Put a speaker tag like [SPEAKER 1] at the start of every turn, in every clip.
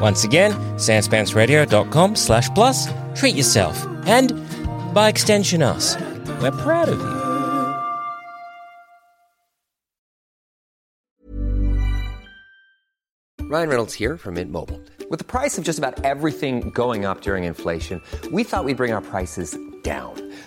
[SPEAKER 1] Once again, sanspantsradio.com slash plus, treat yourself, and by extension us. We're proud of you.
[SPEAKER 2] Ryan Reynolds here from Mint Mobile. With the price of just about everything going up during inflation, we thought we'd bring our prices down.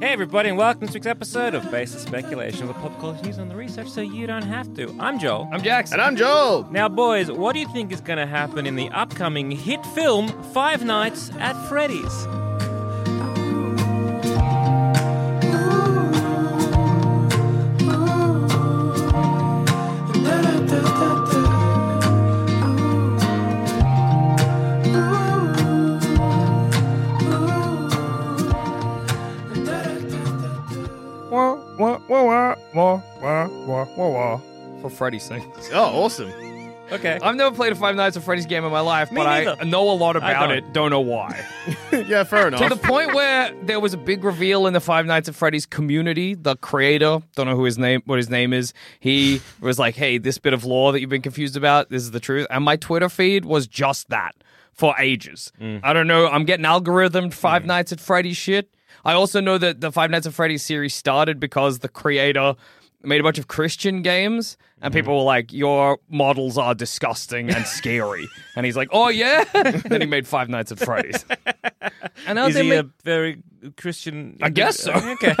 [SPEAKER 1] Hey everybody, and welcome to this episode of Baseless Speculation, the pop culture news on the research so you don't have to. I'm Joel.
[SPEAKER 3] I'm Jackson.
[SPEAKER 4] And I'm Joel.
[SPEAKER 1] now, boys, what do you think is going to happen in the upcoming hit film Five Nights at Freddy's?
[SPEAKER 3] Wah, wah, wah, wah, wah, wah, wah, wah, wah. For Freddy sings.
[SPEAKER 4] Oh, awesome.
[SPEAKER 1] Okay.
[SPEAKER 3] I've never played a Five Nights at Freddy's game in my life,
[SPEAKER 1] Me
[SPEAKER 3] but I
[SPEAKER 1] neither.
[SPEAKER 3] know a lot
[SPEAKER 1] I
[SPEAKER 3] about
[SPEAKER 1] don't.
[SPEAKER 3] it. Don't know why.
[SPEAKER 4] yeah, fair
[SPEAKER 3] to the
[SPEAKER 4] enough.
[SPEAKER 3] point where there was a big reveal in the Five Nights at Freddy's community. The creator, don't know who his name, what his name is. He was like, "Hey, this bit of lore that you've been confused about, this is the truth." And my Twitter feed was just that for ages.
[SPEAKER 1] Mm.
[SPEAKER 3] I don't know. I'm getting algorithmed Five Nights at Freddy's shit. I also know that the Five Nights at Freddy's series started because the creator made a bunch of Christian games,
[SPEAKER 1] Mm-hmm.
[SPEAKER 3] and people were like, "Your models are disgusting and scary," and he's like, "Oh yeah." then he made Five Nights at Freddy's. And now
[SPEAKER 1] Is
[SPEAKER 3] they
[SPEAKER 1] he
[SPEAKER 3] make-
[SPEAKER 1] a uh, very Christian?
[SPEAKER 3] I guess so.
[SPEAKER 1] Okay.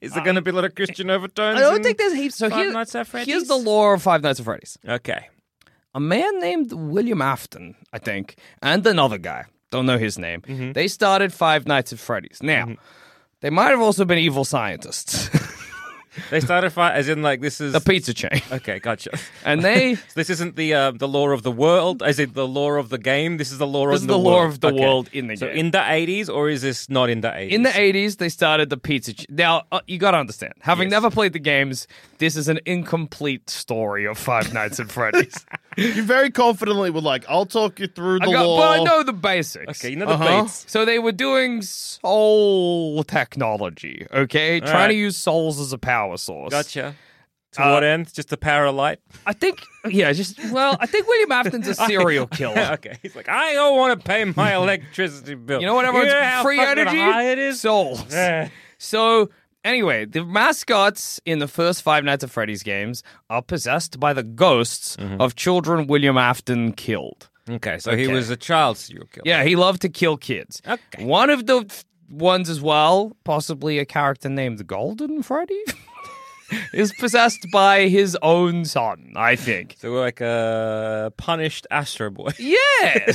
[SPEAKER 1] Is there going to be a lot of Christian overtones?
[SPEAKER 3] I don't
[SPEAKER 1] in-
[SPEAKER 3] think there's heaps. So
[SPEAKER 1] Five
[SPEAKER 3] here-
[SPEAKER 1] Nights at
[SPEAKER 3] here's
[SPEAKER 1] Freddy's?
[SPEAKER 3] the lore of Five Nights at Freddy's.
[SPEAKER 1] Okay.
[SPEAKER 3] A man named William Afton, I think, and another guy, don't know his name.
[SPEAKER 1] Mm-hmm.
[SPEAKER 3] They started Five Nights at Freddy's. Now, they might have also been evil scientists,
[SPEAKER 1] They started fight as in like this is
[SPEAKER 3] a pizza chain,
[SPEAKER 1] okay, gotcha.
[SPEAKER 3] and they.
[SPEAKER 1] So this isn't the uh, the law of the world. Is it the law of the game? This is the law
[SPEAKER 3] This
[SPEAKER 1] of
[SPEAKER 3] is
[SPEAKER 1] the,
[SPEAKER 3] the law
[SPEAKER 1] world.
[SPEAKER 3] of the world in the
[SPEAKER 1] so
[SPEAKER 3] game.
[SPEAKER 1] in the eighties, or is this not in the eighties?
[SPEAKER 3] In the 80s, they started the pizza. Ch- now, uh, you got to understand, having
[SPEAKER 1] Yes.
[SPEAKER 3] never played the games, this is an incomplete story of Five Nights at Freddy's.
[SPEAKER 4] you very confidently were like, I'll talk you through the
[SPEAKER 3] I got,
[SPEAKER 4] law.
[SPEAKER 3] but I know the basics.
[SPEAKER 1] okay, you know the
[SPEAKER 4] Uh-huh.
[SPEAKER 1] beats.
[SPEAKER 3] So they were doing soul technology, okay? Trying to
[SPEAKER 1] right.
[SPEAKER 3] use souls as a power source.
[SPEAKER 1] Gotcha. To
[SPEAKER 3] Uh,
[SPEAKER 1] what end? Just the power of light.
[SPEAKER 3] I think, yeah, just, well, I think William Afton's a serial killer.
[SPEAKER 1] okay, he's like, I don't want to pay my electricity bill.
[SPEAKER 3] You know what everyone's
[SPEAKER 1] you know how
[SPEAKER 3] free
[SPEAKER 1] fucking
[SPEAKER 3] energy?
[SPEAKER 1] high it is.
[SPEAKER 3] Souls.
[SPEAKER 1] Eh.
[SPEAKER 3] So, anyway, the mascots in the first Five Nights at Freddy's games are possessed by the ghosts
[SPEAKER 1] Mm-hmm.
[SPEAKER 3] of children William Afton killed.
[SPEAKER 1] okay, so he
[SPEAKER 3] Okay.
[SPEAKER 1] was a child serial killer.
[SPEAKER 3] Yeah, he loved to kill kids.
[SPEAKER 1] Okay.
[SPEAKER 3] One of the f- ones as well, possibly a character named Golden Freddy, is possessed by his own son, I think.
[SPEAKER 1] So we're like a punished Astro Boy.
[SPEAKER 3] Yes.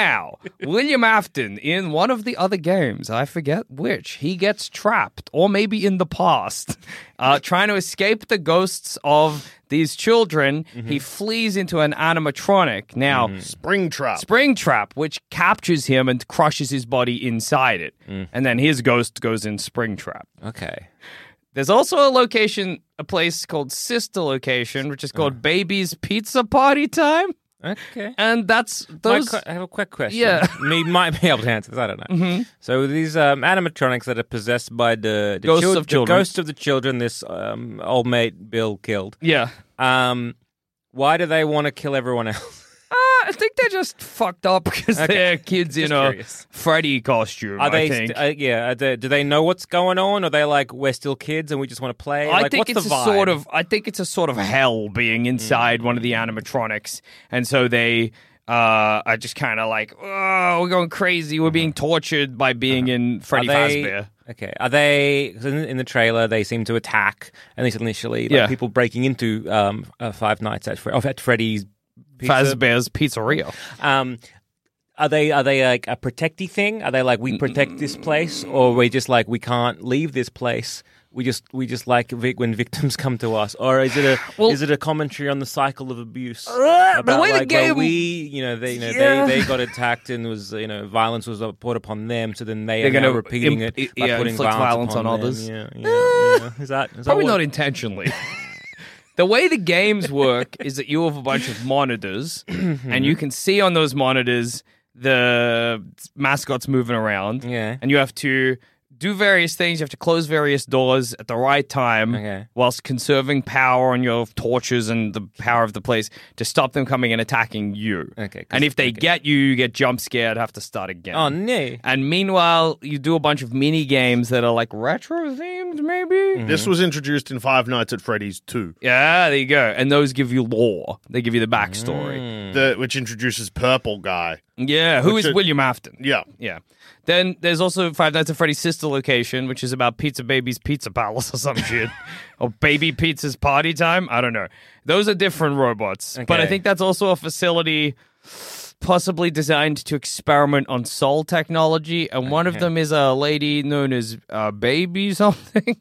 [SPEAKER 3] now, William Afton, in one of the other games, I forget which, he gets trapped, or maybe in the past, uh, trying to escape the ghosts of these children.
[SPEAKER 4] Mm-hmm.
[SPEAKER 3] He flees into an animatronic. Now,
[SPEAKER 4] Spring trap.
[SPEAKER 3] Springtrap, which captures him and crushes his body inside it.
[SPEAKER 4] Mm.
[SPEAKER 3] And then his ghost goes in Springtrap.
[SPEAKER 1] Okay.
[SPEAKER 3] There's also a
[SPEAKER 4] Ah.
[SPEAKER 3] location, a place called Sister Location, which is called Baby's Pizza Party Time.
[SPEAKER 1] Okay.
[SPEAKER 3] And that's
[SPEAKER 1] My
[SPEAKER 3] those.
[SPEAKER 1] que- I have a quick question.
[SPEAKER 3] Yeah. Mm-hmm.
[SPEAKER 1] you might be able to answer this. I don't know. So these um, animatronics that are possessed by the, the
[SPEAKER 3] Ghosts
[SPEAKER 1] chil-
[SPEAKER 3] of children.
[SPEAKER 1] the ghosts of the children this um, old mate Bill killed.
[SPEAKER 3] yeah.
[SPEAKER 1] Um, why do they want to kill everyone else?
[SPEAKER 3] Uh, I think they're just fucked up because they're kids in a
[SPEAKER 1] curious.
[SPEAKER 3] Freddy costume.
[SPEAKER 1] Are
[SPEAKER 3] I
[SPEAKER 1] they?
[SPEAKER 3] think.
[SPEAKER 1] st- uh, yeah. Are they, do they know what's going on? Are they like we're still kids and we just want to play?
[SPEAKER 3] I
[SPEAKER 1] Like,
[SPEAKER 3] think
[SPEAKER 1] what's
[SPEAKER 3] it's
[SPEAKER 1] the
[SPEAKER 3] a
[SPEAKER 1] vibe? Mm.
[SPEAKER 3] sort of I think it's a sort of hell being inside one of the animatronics, and so they uh, are just kind of like, oh, we're going crazy, we're being tortured by being in
[SPEAKER 1] Mm-hmm. Uh-huh. Are
[SPEAKER 3] Freddy
[SPEAKER 1] they-
[SPEAKER 3] Fazbear.
[SPEAKER 1] Okay. Are they 'cause in, in the trailer? They seem to attack, at least initially, like
[SPEAKER 3] Yeah.
[SPEAKER 1] people breaking into um, uh, Five Nights at, Fre- oh, at Freddy's. pizza
[SPEAKER 3] Fazbear's pizzeria.
[SPEAKER 1] Um, are they are they like a protecty thing? Are they like we protect this place, or we just like we can't leave this place? We just we just like vic- when victims come to us, or is it a
[SPEAKER 3] Well- Uh,
[SPEAKER 1] is it a commentary on the cycle of abuse?
[SPEAKER 3] the
[SPEAKER 1] About,
[SPEAKER 3] way the
[SPEAKER 1] like, well,
[SPEAKER 3] game-
[SPEAKER 1] we you know they you know,
[SPEAKER 3] Yeah.
[SPEAKER 1] they, they got attacked and was you know violence was poured upon them, so then they
[SPEAKER 3] They're
[SPEAKER 1] are now
[SPEAKER 3] gonna
[SPEAKER 1] repeating
[SPEAKER 3] imp-
[SPEAKER 1] it by
[SPEAKER 3] yeah,
[SPEAKER 1] putting
[SPEAKER 3] inflict violence
[SPEAKER 1] upon
[SPEAKER 3] on
[SPEAKER 1] them.
[SPEAKER 3] others.
[SPEAKER 1] Yeah, yeah, yeah. Is that is
[SPEAKER 3] Probably
[SPEAKER 1] that what-
[SPEAKER 3] not intentionally. the way the games work is that you have a bunch of monitors,
[SPEAKER 1] Mm-hmm.
[SPEAKER 3] and you can see on those monitors the mascots moving around.
[SPEAKER 1] Yeah.
[SPEAKER 3] And you have to do various things. You have to close various doors at the right time,
[SPEAKER 1] Okay.
[SPEAKER 3] whilst conserving power on your torches and the power of the place to stop them coming and attacking you.
[SPEAKER 1] Okay, 'cause-
[SPEAKER 3] And if they
[SPEAKER 1] okay.
[SPEAKER 3] get you, you get jump scared, have to start again.
[SPEAKER 1] Oh no!
[SPEAKER 3] And meanwhile, you do a bunch of mini games that are like retro themed, maybe.
[SPEAKER 1] Mm-hmm.
[SPEAKER 4] This was introduced in Five Nights at Freddy's 2,
[SPEAKER 3] Yeah, there you go. And those give you lore. They give you the backstory.
[SPEAKER 4] the, which introduces Purple Guy.
[SPEAKER 3] Yeah, who is
[SPEAKER 4] should-
[SPEAKER 3] William Afton?
[SPEAKER 4] Yeah.
[SPEAKER 3] Yeah. Then there's also Five Nights at Freddy's sister location, which is about Pizza Baby's Pizza Palace or some shit. or Baby Pizza's Party Time. I don't know. Those are different robots. But I
[SPEAKER 1] Okay.
[SPEAKER 3] think that's also a facility possibly designed to experiment on soul technology. And one of them is a lady known as uh, Baby something.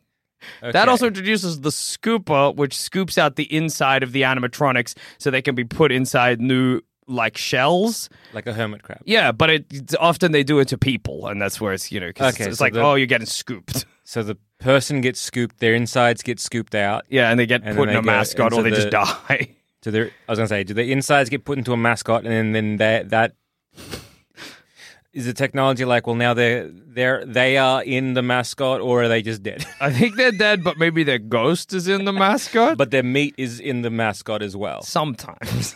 [SPEAKER 3] That also introduces the scooper, which scoops out the inside of the animatronics so they can be put inside new like shells.
[SPEAKER 1] like a hermit crab.
[SPEAKER 3] Yeah, but it, it's- often they do it to people, and that's where it's you know 'cause
[SPEAKER 1] Okay,
[SPEAKER 3] it's, it's
[SPEAKER 1] so
[SPEAKER 3] like
[SPEAKER 1] the-
[SPEAKER 3] oh you're getting scooped.
[SPEAKER 1] So the person gets scooped, their insides get scooped out.
[SPEAKER 3] Yeah, and they get
[SPEAKER 1] And
[SPEAKER 3] put
[SPEAKER 1] then
[SPEAKER 3] in a
[SPEAKER 1] they go
[SPEAKER 3] mascot or they
[SPEAKER 1] into
[SPEAKER 3] just
[SPEAKER 1] the-
[SPEAKER 3] die.
[SPEAKER 1] Do their I was gonna say, do the insides get put into a mascot, and then, then that that is the technology like? Well, now they're they're they are in the mascot, or are they just dead?
[SPEAKER 3] I think they're dead, but maybe their ghost is in the mascot.
[SPEAKER 1] but their meat is in the mascot as well.
[SPEAKER 3] sometimes.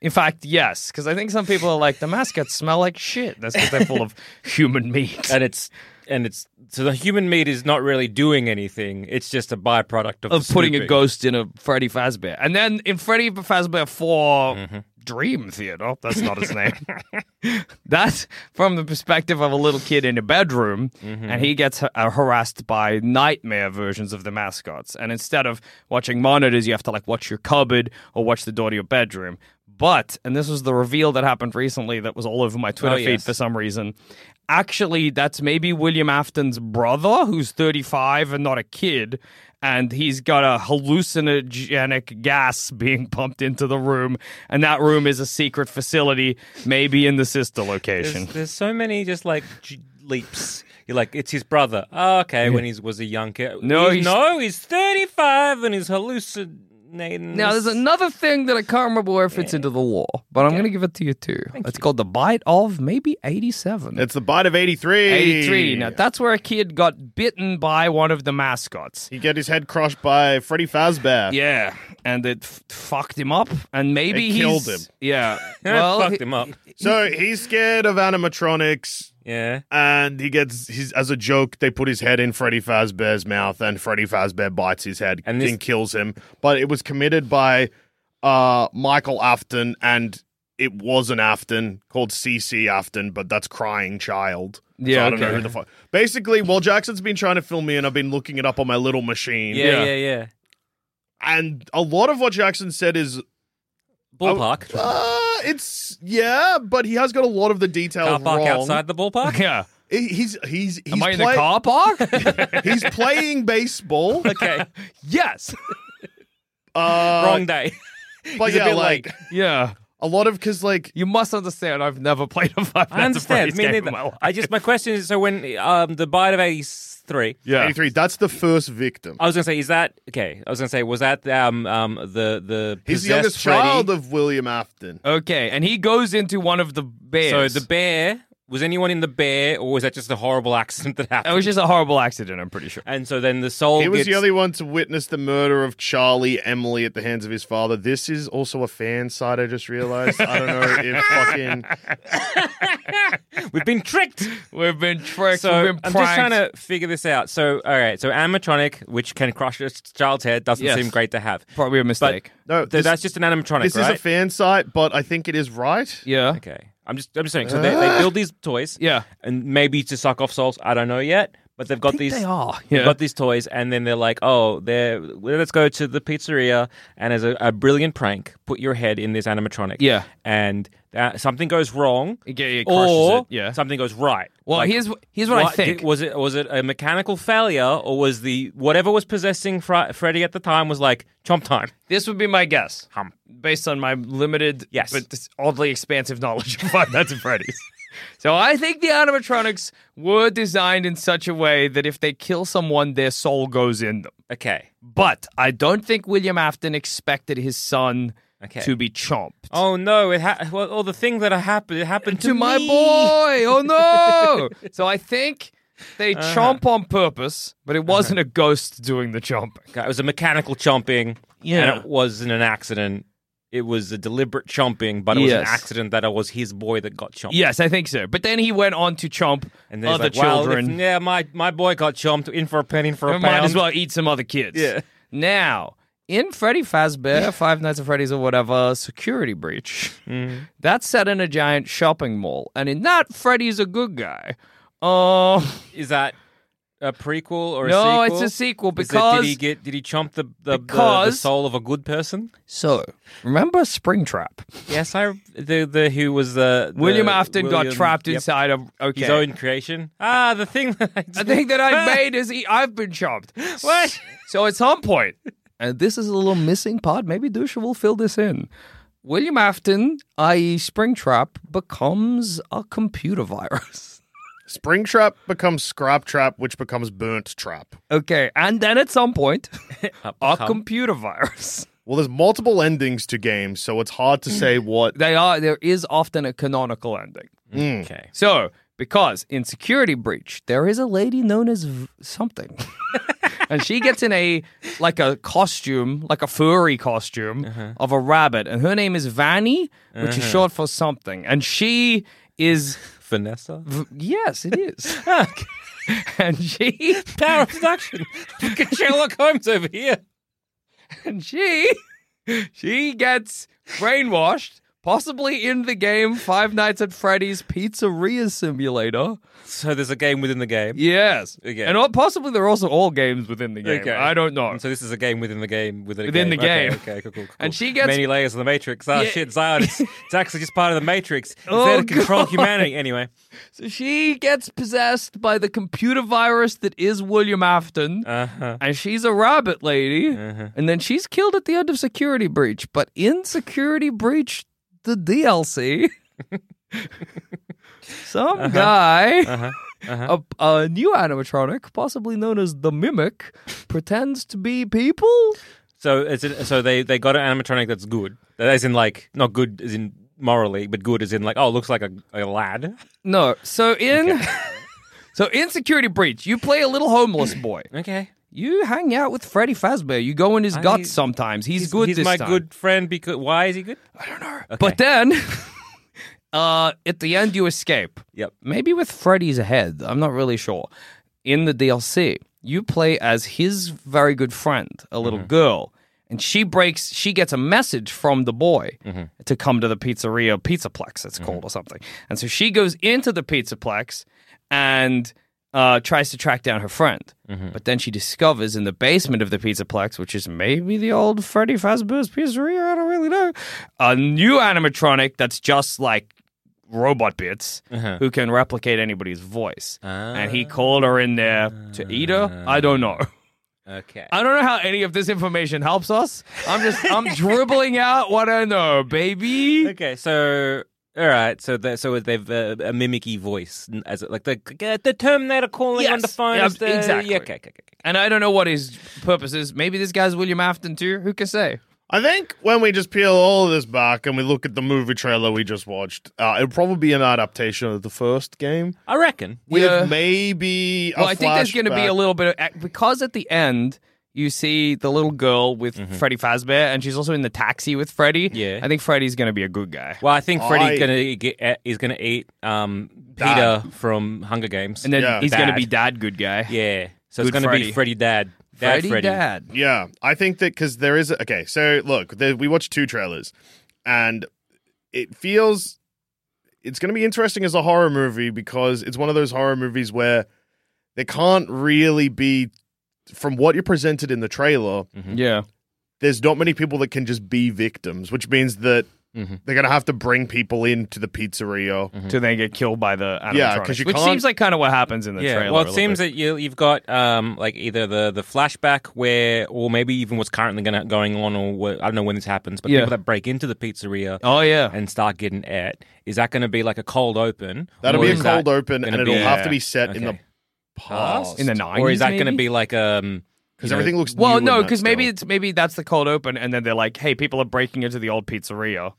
[SPEAKER 3] In fact, yes, because I think some people are like the mascots smell like shit. That's because they're full of human meat.
[SPEAKER 1] And it's and it's so the human meat is not really doing anything. It's just a byproduct of,
[SPEAKER 3] of
[SPEAKER 1] the
[SPEAKER 3] putting a
[SPEAKER 1] scooping.
[SPEAKER 3] ghost in a Freddy Fazbear. And then in Freddy Fazbear 4
[SPEAKER 1] Mm-hmm.
[SPEAKER 3] Dream Theater, that's not his name. that's from the perspective of a little kid in a bedroom,
[SPEAKER 1] Mm-hmm.
[SPEAKER 3] and he gets ha- uh, harassed by nightmare versions of the mascots. And instead of watching monitors, you have to like watch your cupboard or watch the door to your bedroom. But, and this was the reveal that happened recently that was all over my Twitter
[SPEAKER 1] Oh,
[SPEAKER 3] feed
[SPEAKER 1] yes.
[SPEAKER 3] for some reason. Actually, that's maybe William Afton's brother, who's 35 and not a kid, and he's got a hallucinogenic gas being pumped into the room, and that room is a secret facility, maybe in the sister location.
[SPEAKER 1] There's, there's so many just like j- leaps. You're like, it's his brother. Oh, okay, when he was a young kid.
[SPEAKER 3] No, he's-
[SPEAKER 1] no, he's 35 and he's hallucinating.
[SPEAKER 3] Now, there's another thing that I can't remember where it fits into the law, but I'm going to give it to you too. it's called the bite of maybe 87.
[SPEAKER 4] It's the bite of 83.
[SPEAKER 3] 83. Now, that's where a kid got bitten by one of the mascots.
[SPEAKER 4] He got his head crushed by Freddy Fazbear.
[SPEAKER 3] Yeah, and it f- fucked him up, and maybe
[SPEAKER 4] It
[SPEAKER 3] he's,
[SPEAKER 4] killed him.
[SPEAKER 3] Yeah,
[SPEAKER 1] well,
[SPEAKER 3] well,
[SPEAKER 1] fucked
[SPEAKER 3] he-
[SPEAKER 1] him up.
[SPEAKER 4] So he's scared of animatronics.
[SPEAKER 1] Yeah.
[SPEAKER 4] and he gets his as a joke. They put his head in Freddy Fazbear's mouth, and Freddy Fazbear bites his head
[SPEAKER 1] And
[SPEAKER 4] and,
[SPEAKER 1] this-
[SPEAKER 4] kills him. But it was committed by uh, Michael Afton, and it was an Afton called CC Afton, but that's Crying Child. So
[SPEAKER 3] Yeah,
[SPEAKER 4] I don't
[SPEAKER 3] okay.
[SPEAKER 4] know who the fuck. Basically, while Jackson's been trying to film me, and I've been looking it up on my little machine,
[SPEAKER 1] Yeah, yeah,
[SPEAKER 3] Yeah.
[SPEAKER 1] yeah.
[SPEAKER 4] and a lot of what Jackson said is.
[SPEAKER 1] Ballpark.
[SPEAKER 4] Uh, it's yeah, but he has got a lot of the detail
[SPEAKER 1] car park
[SPEAKER 4] wrong.
[SPEAKER 1] outside the ballpark?
[SPEAKER 3] yeah.
[SPEAKER 4] He- He's he's he's
[SPEAKER 3] Am I in
[SPEAKER 4] play-
[SPEAKER 3] the car park?
[SPEAKER 4] He's playing baseball.
[SPEAKER 1] okay.
[SPEAKER 3] yes.
[SPEAKER 4] Uh,
[SPEAKER 1] Wrong day.
[SPEAKER 4] But
[SPEAKER 1] He's a
[SPEAKER 4] yeah,
[SPEAKER 1] bit
[SPEAKER 4] like
[SPEAKER 1] late.
[SPEAKER 3] Yeah.
[SPEAKER 4] A lot of because like
[SPEAKER 3] You must understand. I've never played a Five Nights
[SPEAKER 1] I understand.
[SPEAKER 3] at Freddy's
[SPEAKER 1] Me
[SPEAKER 3] game
[SPEAKER 1] neither.
[SPEAKER 3] in my life.
[SPEAKER 1] I just my question is so when um the bite of eighty three.
[SPEAKER 4] yeah. 83, that's the first victim.
[SPEAKER 1] I was gonna say, is that okay? I was gonna say, was that um um the the
[SPEAKER 4] He's the
[SPEAKER 1] possessed
[SPEAKER 4] youngest
[SPEAKER 1] Freddy?
[SPEAKER 4] child of William Afton.
[SPEAKER 3] Okay, and he goes into one of the bears.
[SPEAKER 1] So the bear was anyone in the bear, or was that just a horrible accident that
[SPEAKER 3] It
[SPEAKER 1] happened?
[SPEAKER 3] was just a horrible accident. I'm pretty sure.
[SPEAKER 1] and so then the soul.
[SPEAKER 4] He was
[SPEAKER 1] gets-
[SPEAKER 4] the only one to witness the murder of Charlie Emily at the hands of his father. This is also a fan site, I just realized. I don't know if fucking.
[SPEAKER 1] We've been tricked.
[SPEAKER 3] We've been tricked.
[SPEAKER 1] So
[SPEAKER 3] we've been
[SPEAKER 1] I'm just trying
[SPEAKER 3] pranked.
[SPEAKER 1] to figure this out. So all right, so animatronic, which can crush a child's head, doesn't
[SPEAKER 3] Yes.
[SPEAKER 1] seem great to have.
[SPEAKER 3] Probably a mistake.
[SPEAKER 4] No,
[SPEAKER 1] th-
[SPEAKER 4] this-
[SPEAKER 1] that's just an animatronic,
[SPEAKER 4] This
[SPEAKER 1] right?
[SPEAKER 4] is a fan site, but I think it is right.
[SPEAKER 3] yeah.
[SPEAKER 1] okay, I'm just I'm just saying. So they, they build these toys,
[SPEAKER 3] Yeah.
[SPEAKER 1] and maybe to suck off souls. I don't know yet, but they've got these.
[SPEAKER 3] They are.
[SPEAKER 1] They've got these toys, and then they're like, "Oh, they're well, let's go to the pizzeria." And as a, a brilliant prank, put your head in this animatronic.
[SPEAKER 3] Yeah.
[SPEAKER 1] and that, something goes wrong,
[SPEAKER 3] Yeah, it crushes
[SPEAKER 1] or
[SPEAKER 3] it, yeah.
[SPEAKER 1] something goes right.
[SPEAKER 3] Well,
[SPEAKER 1] Like,
[SPEAKER 3] here's wh- here's what, I
[SPEAKER 1] what-
[SPEAKER 3] think.
[SPEAKER 1] did- was it was it a mechanical failure, or was the whatever was possessing Fr- Freddy at the time was like chomp time?
[SPEAKER 3] this would be my guess,
[SPEAKER 1] Hum.
[SPEAKER 3] based on my limited,
[SPEAKER 1] Yes.
[SPEAKER 3] but this oddly expansive knowledge of Five Nights at Freddy's. so I think the animatronics were designed in such a way that if they kill someone, their soul goes in them.
[SPEAKER 1] Okay.
[SPEAKER 3] But I don't think William Afton expected his son
[SPEAKER 1] Okay.
[SPEAKER 3] to be chomped.
[SPEAKER 1] Oh no! It ha- well, all the thing that happened. It happened to,
[SPEAKER 3] to my
[SPEAKER 1] me.
[SPEAKER 3] boy. Oh no! so I think they
[SPEAKER 1] Uh-huh.
[SPEAKER 3] chomp on purpose, but it wasn't a ghost doing the chomping.
[SPEAKER 1] It was a mechanical chomping.
[SPEAKER 3] Yeah.
[SPEAKER 1] And it wasn't an accident. It was a deliberate chomping, but it was an
[SPEAKER 3] Yes.
[SPEAKER 1] accident that it was his boy that got chomped.
[SPEAKER 3] Yes, I think so. But then he went on to chomp
[SPEAKER 1] Oh. And then he's
[SPEAKER 3] other
[SPEAKER 1] like, well, if-
[SPEAKER 3] children.
[SPEAKER 1] yeah, my, my boy got chomped in for a penny, in for
[SPEAKER 3] We
[SPEAKER 1] a
[SPEAKER 3] might
[SPEAKER 1] pound.
[SPEAKER 3] as well eat some other kids.
[SPEAKER 1] Yeah.
[SPEAKER 3] Now, in Freddy Fazbear, Five Nights at Freddy's or whatever, security breach,
[SPEAKER 1] Mm-hmm.
[SPEAKER 3] that's set in a giant shopping mall. And in that, Freddy's a good guy. Um,
[SPEAKER 1] Is that a prequel or
[SPEAKER 3] No,
[SPEAKER 1] a
[SPEAKER 3] it's
[SPEAKER 1] sequel?
[SPEAKER 3] a sequel
[SPEAKER 1] Is it-
[SPEAKER 3] because-
[SPEAKER 1] did he get did he chomp the the, the- the,
[SPEAKER 3] Because-
[SPEAKER 1] soul of a good person?
[SPEAKER 3] so, remember Springtrap?
[SPEAKER 1] Yes, I the the who was the, the
[SPEAKER 3] William Afton
[SPEAKER 1] William-
[SPEAKER 3] got trapped
[SPEAKER 1] yep,
[SPEAKER 3] inside of okay.
[SPEAKER 1] his own creation. Ah, the thing that I,
[SPEAKER 3] The thing that I made is he, I've been chopped. What? So at some point, and this is a little missing part. Maybe Dusha will fill this in. William Afton, i.e., Springtrap, becomes a computer virus.
[SPEAKER 4] Springtrap becomes Scrap Trap, which becomes Burnt Trap.
[SPEAKER 3] Okay, and then at some point, a
[SPEAKER 1] become-
[SPEAKER 3] computer virus.
[SPEAKER 4] Well, there's multiple endings to games, so it's hard to say
[SPEAKER 3] Mm.
[SPEAKER 4] what.
[SPEAKER 3] They are there is often a canonical ending.
[SPEAKER 1] okay.
[SPEAKER 3] So, because in Security Breach, there is a lady known as v- something. and she gets in a like a costume, like a furry costume
[SPEAKER 1] Uh-huh.
[SPEAKER 3] of a rabbit, and her name is Vanny, which is short for something. And she is
[SPEAKER 1] Vanessa.
[SPEAKER 3] v- yes, it is. and she
[SPEAKER 1] Power of production. Look at Sherlock Holmes over here.
[SPEAKER 3] and she she gets brainwashed possibly in the game Five Nights at Freddy's Pizzeria Simulator.
[SPEAKER 1] So there's a game within the game.
[SPEAKER 3] Yes.
[SPEAKER 1] Okay.
[SPEAKER 3] And all, possibly they're also all games within the game.
[SPEAKER 1] Okay.
[SPEAKER 3] I don't know.
[SPEAKER 1] And Oh, so this is a game within the game within a
[SPEAKER 3] Within
[SPEAKER 1] game.
[SPEAKER 3] the
[SPEAKER 1] Okay,
[SPEAKER 3] game.
[SPEAKER 1] Okay, cool, cool, cool.
[SPEAKER 3] And she gets-
[SPEAKER 1] many layers of the Matrix. Ah,
[SPEAKER 3] Yeah.
[SPEAKER 1] shit, Zion. It's, it's actually just part of the Matrix. It's
[SPEAKER 3] Oh,
[SPEAKER 1] there to control
[SPEAKER 3] God.
[SPEAKER 1] humanity. Anyway,
[SPEAKER 3] so she gets possessed by the computer virus that is William Afton.
[SPEAKER 1] uh-huh.
[SPEAKER 3] and she's a rabbit lady. And then she's killed at the end of Security Breach. But in Security Breach, the DLC, some guy. A, a new animatronic, possibly known as the Mimic, pretends to be people.
[SPEAKER 1] so it's a, so they they got an animatronic that's good. That is in like not good as in morally, but good as in like oh, looks like a, a lad.
[SPEAKER 3] No. So in So in Security Breach, you play a little homeless boy.
[SPEAKER 1] Okay,
[SPEAKER 3] You hang out with Freddy Fazbear. You go in his guts sometimes. He's, good
[SPEAKER 1] He's
[SPEAKER 3] this
[SPEAKER 1] my
[SPEAKER 3] time.
[SPEAKER 1] good friend because why is he good?
[SPEAKER 3] But then uh at the end you escape.
[SPEAKER 1] Yep.
[SPEAKER 3] Maybe with Freddy's head. I'm not really sure. In the DLC, you play as his very good friend, a little girl. And she breaks she gets a message from the boy to come to the pizzeria pizzaplex, it's called or something. And so she goes into the pizzaplex and uh, tries to track down her friend. But then she discovers in the basement of the pizzaplex, which is maybe the old Freddy Fazbear's pizzeria, I don't really know, a new animatronic that's just like robot bits
[SPEAKER 1] Uh-huh.
[SPEAKER 3] who can
[SPEAKER 1] Ah.
[SPEAKER 3] replicate anybody's voice. And he called her in there to eat her. I don't know.
[SPEAKER 1] Okay.
[SPEAKER 3] I don't know how any of this information helps us. I'm just I'm dribbling out what I know, baby.
[SPEAKER 1] Okay, so all right, so that so they've uh, a mimicky voice n- as it, like the uh, the Terminator calling on the
[SPEAKER 3] Yes.
[SPEAKER 1] phone.
[SPEAKER 3] Yeah,
[SPEAKER 1] is the,
[SPEAKER 3] exactly.
[SPEAKER 1] Yeah, okay, okay, okay. okay.
[SPEAKER 3] And I don't know what his purpose is. Maybe this guy's William Afton too. Who can say?
[SPEAKER 4] I think when we just peel all of this back and we look at the movie trailer we just watched, uh, it'll probably be an adaptation of the first game
[SPEAKER 1] I reckon.
[SPEAKER 4] with
[SPEAKER 3] Yeah.
[SPEAKER 4] maybe.
[SPEAKER 3] uh, Well,
[SPEAKER 4] I
[SPEAKER 3] I think there's going to be a little bit of ac- because at the end you see the little girl with Freddy Fazbear, and she's also in the taxi with Freddy.
[SPEAKER 1] Mm-hmm. Yeah.
[SPEAKER 3] I think Freddy's going to be a good guy.
[SPEAKER 1] Well, Oh, I think Freddy's
[SPEAKER 4] I-
[SPEAKER 1] gonna get, is gonna eat um,
[SPEAKER 4] Dad.
[SPEAKER 1] Peter from Hunger Games,
[SPEAKER 3] and then
[SPEAKER 4] yeah.
[SPEAKER 3] he's going to
[SPEAKER 1] Dad.
[SPEAKER 3] be dad good guy.
[SPEAKER 1] yeah, so
[SPEAKER 3] Good
[SPEAKER 1] it's gonna
[SPEAKER 3] Freddy.
[SPEAKER 1] be Freddy Dad, Dad
[SPEAKER 3] Freddy,
[SPEAKER 1] Freddy,
[SPEAKER 3] dad.
[SPEAKER 4] Yeah, I think that because there is. Okay, so look, there, we watched two trailers, and it feels it's going to be interesting as a horror movie because it's one of those horror movies where they can't really be from what you're presented in the trailer.
[SPEAKER 3] Yeah.
[SPEAKER 4] There's not many people that can just be victims, which means that
[SPEAKER 1] Mhm.
[SPEAKER 4] they're going to have to bring people into the pizzeria.
[SPEAKER 3] To then get killed by the animatronic.
[SPEAKER 4] Mm-hmm. Yeah, 'cause you
[SPEAKER 3] which
[SPEAKER 4] can't-
[SPEAKER 3] seems like kind of what happens in the
[SPEAKER 1] Yeah,
[SPEAKER 3] trailer.
[SPEAKER 1] well, it
[SPEAKER 3] a little
[SPEAKER 1] seems
[SPEAKER 3] bit.
[SPEAKER 1] that you you've got um, like either the the flashback where, or maybe even what's currently gonna going on, or what, I don't know when this happens, but
[SPEAKER 3] Yeah.
[SPEAKER 1] people that break into the pizzeria
[SPEAKER 3] Oh yeah.
[SPEAKER 1] and start getting at. Is that going to be like a cold open?
[SPEAKER 4] That'll
[SPEAKER 1] Or
[SPEAKER 4] be a
[SPEAKER 1] is
[SPEAKER 4] cold
[SPEAKER 1] that
[SPEAKER 4] open,
[SPEAKER 1] gonna
[SPEAKER 4] and it'll
[SPEAKER 1] be-
[SPEAKER 4] have to be set in the
[SPEAKER 1] Okay.
[SPEAKER 4] past.
[SPEAKER 3] in the nineties,
[SPEAKER 1] Or is that
[SPEAKER 3] going
[SPEAKER 1] going to be like um?
[SPEAKER 4] because
[SPEAKER 1] you know-
[SPEAKER 4] everything looks
[SPEAKER 3] Well,
[SPEAKER 4] new in
[SPEAKER 3] no,
[SPEAKER 4] that
[SPEAKER 3] because maybe
[SPEAKER 4] still.
[SPEAKER 3] it's maybe that's the cold open, and then they're like, "Hey, people are breaking into the old pizzeria.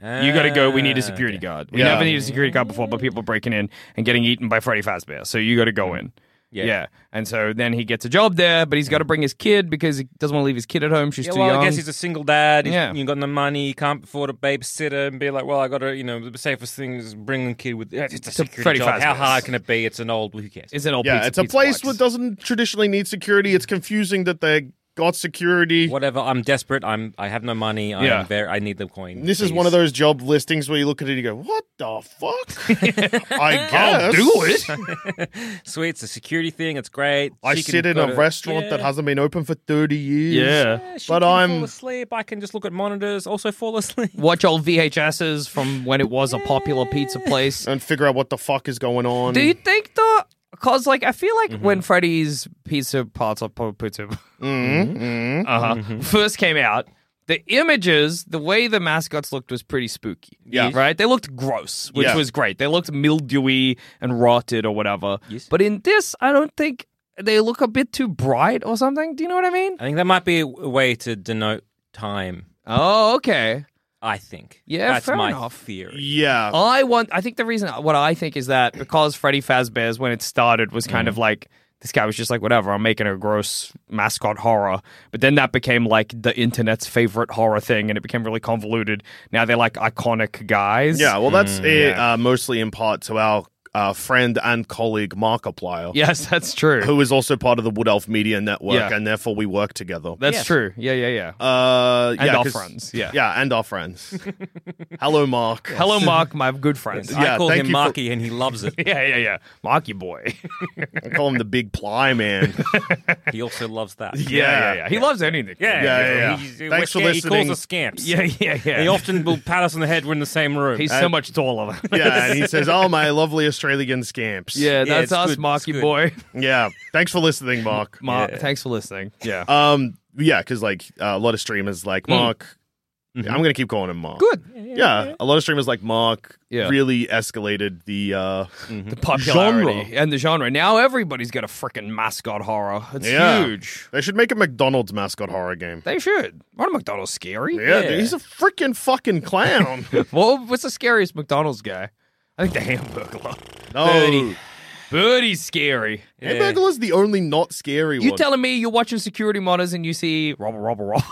[SPEAKER 3] You got to go. We need a
[SPEAKER 1] Ah,
[SPEAKER 3] security
[SPEAKER 1] okay.
[SPEAKER 3] guard. We
[SPEAKER 4] Yeah.
[SPEAKER 3] never needed a security guard before, but people are breaking in and getting eaten by Freddy Fazbear. So you got to go in.
[SPEAKER 1] Mm-hmm. Yeah. Mm-hmm.
[SPEAKER 3] and so then he gets a job there, but he's got to bring his kid because he doesn't want to leave his kid at home. She's
[SPEAKER 1] Yeah,
[SPEAKER 3] too
[SPEAKER 1] well,
[SPEAKER 3] young.
[SPEAKER 1] I guess he's a single dad. He's,
[SPEAKER 3] Yeah.
[SPEAKER 1] you got no money. He can't afford a babysitter, and be like, "Well, I got to, you know, the safest thing is bring the kid with." It's a
[SPEAKER 3] To
[SPEAKER 1] security
[SPEAKER 3] Freddy
[SPEAKER 1] job. How
[SPEAKER 3] Fazbear's.
[SPEAKER 1] hard can it be? It's an old. Who cares?
[SPEAKER 3] it's an old
[SPEAKER 4] yeah,
[SPEAKER 3] pizza-
[SPEAKER 4] it's a
[SPEAKER 3] pizza
[SPEAKER 4] place
[SPEAKER 3] box.
[SPEAKER 4] that doesn't traditionally need security. It's confusing that they got security.
[SPEAKER 1] Whatever. I'm desperate. I'm. I have no money. I'm
[SPEAKER 3] Yeah.
[SPEAKER 1] very, I need the coin.
[SPEAKER 4] This is one of
[SPEAKER 1] please.
[SPEAKER 4] those job listings where you look at it and you go, "What the fuck?" I guess
[SPEAKER 3] I'll do it.
[SPEAKER 1] Sweet. It's a security thing. It's great.
[SPEAKER 4] I
[SPEAKER 1] She can
[SPEAKER 4] sit in
[SPEAKER 1] go
[SPEAKER 4] a
[SPEAKER 1] to-
[SPEAKER 4] restaurant
[SPEAKER 1] Yeah.
[SPEAKER 4] that hasn't been open for thirty years.
[SPEAKER 3] Yeah.
[SPEAKER 1] Yeah, she
[SPEAKER 4] but
[SPEAKER 1] can
[SPEAKER 4] I'm
[SPEAKER 1] fall asleep. I can just look at monitors. Also fall asleep.
[SPEAKER 3] Watch old VHSs from when it was a popular pizza place.
[SPEAKER 4] and figure out what the fuck is going on.
[SPEAKER 3] Do you think though? Cause like I feel like when Freddy's pizza pizza pizza uh-huh, first came out, the images, the way the mascots looked was pretty spooky.
[SPEAKER 4] Yeah.
[SPEAKER 3] right. They looked gross, which
[SPEAKER 4] Yeah.
[SPEAKER 3] was great. They looked mildewy and rotted or whatever. But in this, I don't think they look a bit too bright or something. Do you know what I mean?
[SPEAKER 1] I think that might be a way to denote time.
[SPEAKER 3] Oh, okay.
[SPEAKER 1] I think.
[SPEAKER 3] Yeah,
[SPEAKER 1] that's
[SPEAKER 3] fair
[SPEAKER 1] my
[SPEAKER 3] enough.
[SPEAKER 1] theory.
[SPEAKER 4] yeah,
[SPEAKER 3] I want. I think the reason what I think is that because Freddy Fazbear's when it started was kind of like this guy was just like whatever. I'm making a gross mascot horror, but then that became like the internet's favorite horror thing, and it became really convoluted. Now they're like iconic guys.
[SPEAKER 4] yeah. Well,
[SPEAKER 3] Mm,
[SPEAKER 4] that's it, uh, mostly in part to our uh, friend and colleague Markiplier,
[SPEAKER 3] Yes, that's true.
[SPEAKER 4] who is also part of the Wood Elf Media Network,
[SPEAKER 3] Yeah.
[SPEAKER 4] and therefore we work together.
[SPEAKER 3] that's true. Yeah, yeah, yeah.
[SPEAKER 4] Uh,
[SPEAKER 3] And
[SPEAKER 4] yeah,
[SPEAKER 3] our
[SPEAKER 4] 'cause-
[SPEAKER 3] friends, yeah.
[SPEAKER 4] yeah, and our friends. Hello, Mark.
[SPEAKER 3] Hello, Mark, my good friend.
[SPEAKER 4] Yeah,
[SPEAKER 1] I call
[SPEAKER 4] thank
[SPEAKER 1] him
[SPEAKER 4] you for-
[SPEAKER 1] Marky, and he loves it.
[SPEAKER 3] Yeah, yeah, yeah. Marky boy.
[SPEAKER 4] I call him the Big Ply Man.
[SPEAKER 1] He also loves that.
[SPEAKER 3] yeah, yeah, yeah. He loves anything.
[SPEAKER 4] Yeah, yeah, yeah.
[SPEAKER 1] He's- we're
[SPEAKER 4] Thanks for
[SPEAKER 1] scamp- He
[SPEAKER 4] listening.
[SPEAKER 1] calls us scamps.
[SPEAKER 3] yeah, yeah, yeah.
[SPEAKER 1] He often will pat us on the head. We're in the same room. Uh,
[SPEAKER 3] He's so much taller.
[SPEAKER 4] yeah, and he says, "Oh, my lovely Australian scamps."
[SPEAKER 3] yeah, that's
[SPEAKER 1] it's
[SPEAKER 3] us,
[SPEAKER 1] good, it's
[SPEAKER 3] Marky
[SPEAKER 1] good.
[SPEAKER 3] boy.
[SPEAKER 4] yeah. Thanks for listening, Mark.
[SPEAKER 3] Mark, thanks for listening. Yeah.
[SPEAKER 4] Um, yeah, because like uh, a lot of streamers like Mark. I'm gonna keep calling him Mark.
[SPEAKER 3] Mm. Mm-hmm. Good.
[SPEAKER 4] Yeah, a lot of streamers like Mark
[SPEAKER 3] Yeah. Mm-hmm.
[SPEAKER 4] really escalated the. uh
[SPEAKER 3] the popularity and the genre. Now everybody's got a freaking mascot horror. It's
[SPEAKER 4] Yeah.
[SPEAKER 3] huge.
[SPEAKER 4] They should make a McDonald's mascot horror game.
[SPEAKER 3] They should. Ronald McDonald's scary.
[SPEAKER 4] Yeah, dude, he's a freaking fucking clown.
[SPEAKER 3] Well, what's the scariest McDonald's guy? I think the Hamburglar.
[SPEAKER 4] no,
[SPEAKER 3] Birdie's scary.
[SPEAKER 4] Hamburglar's the only not scary
[SPEAKER 3] You
[SPEAKER 4] one.
[SPEAKER 3] telling me you're watching security monitors and you see robber, robber, robber?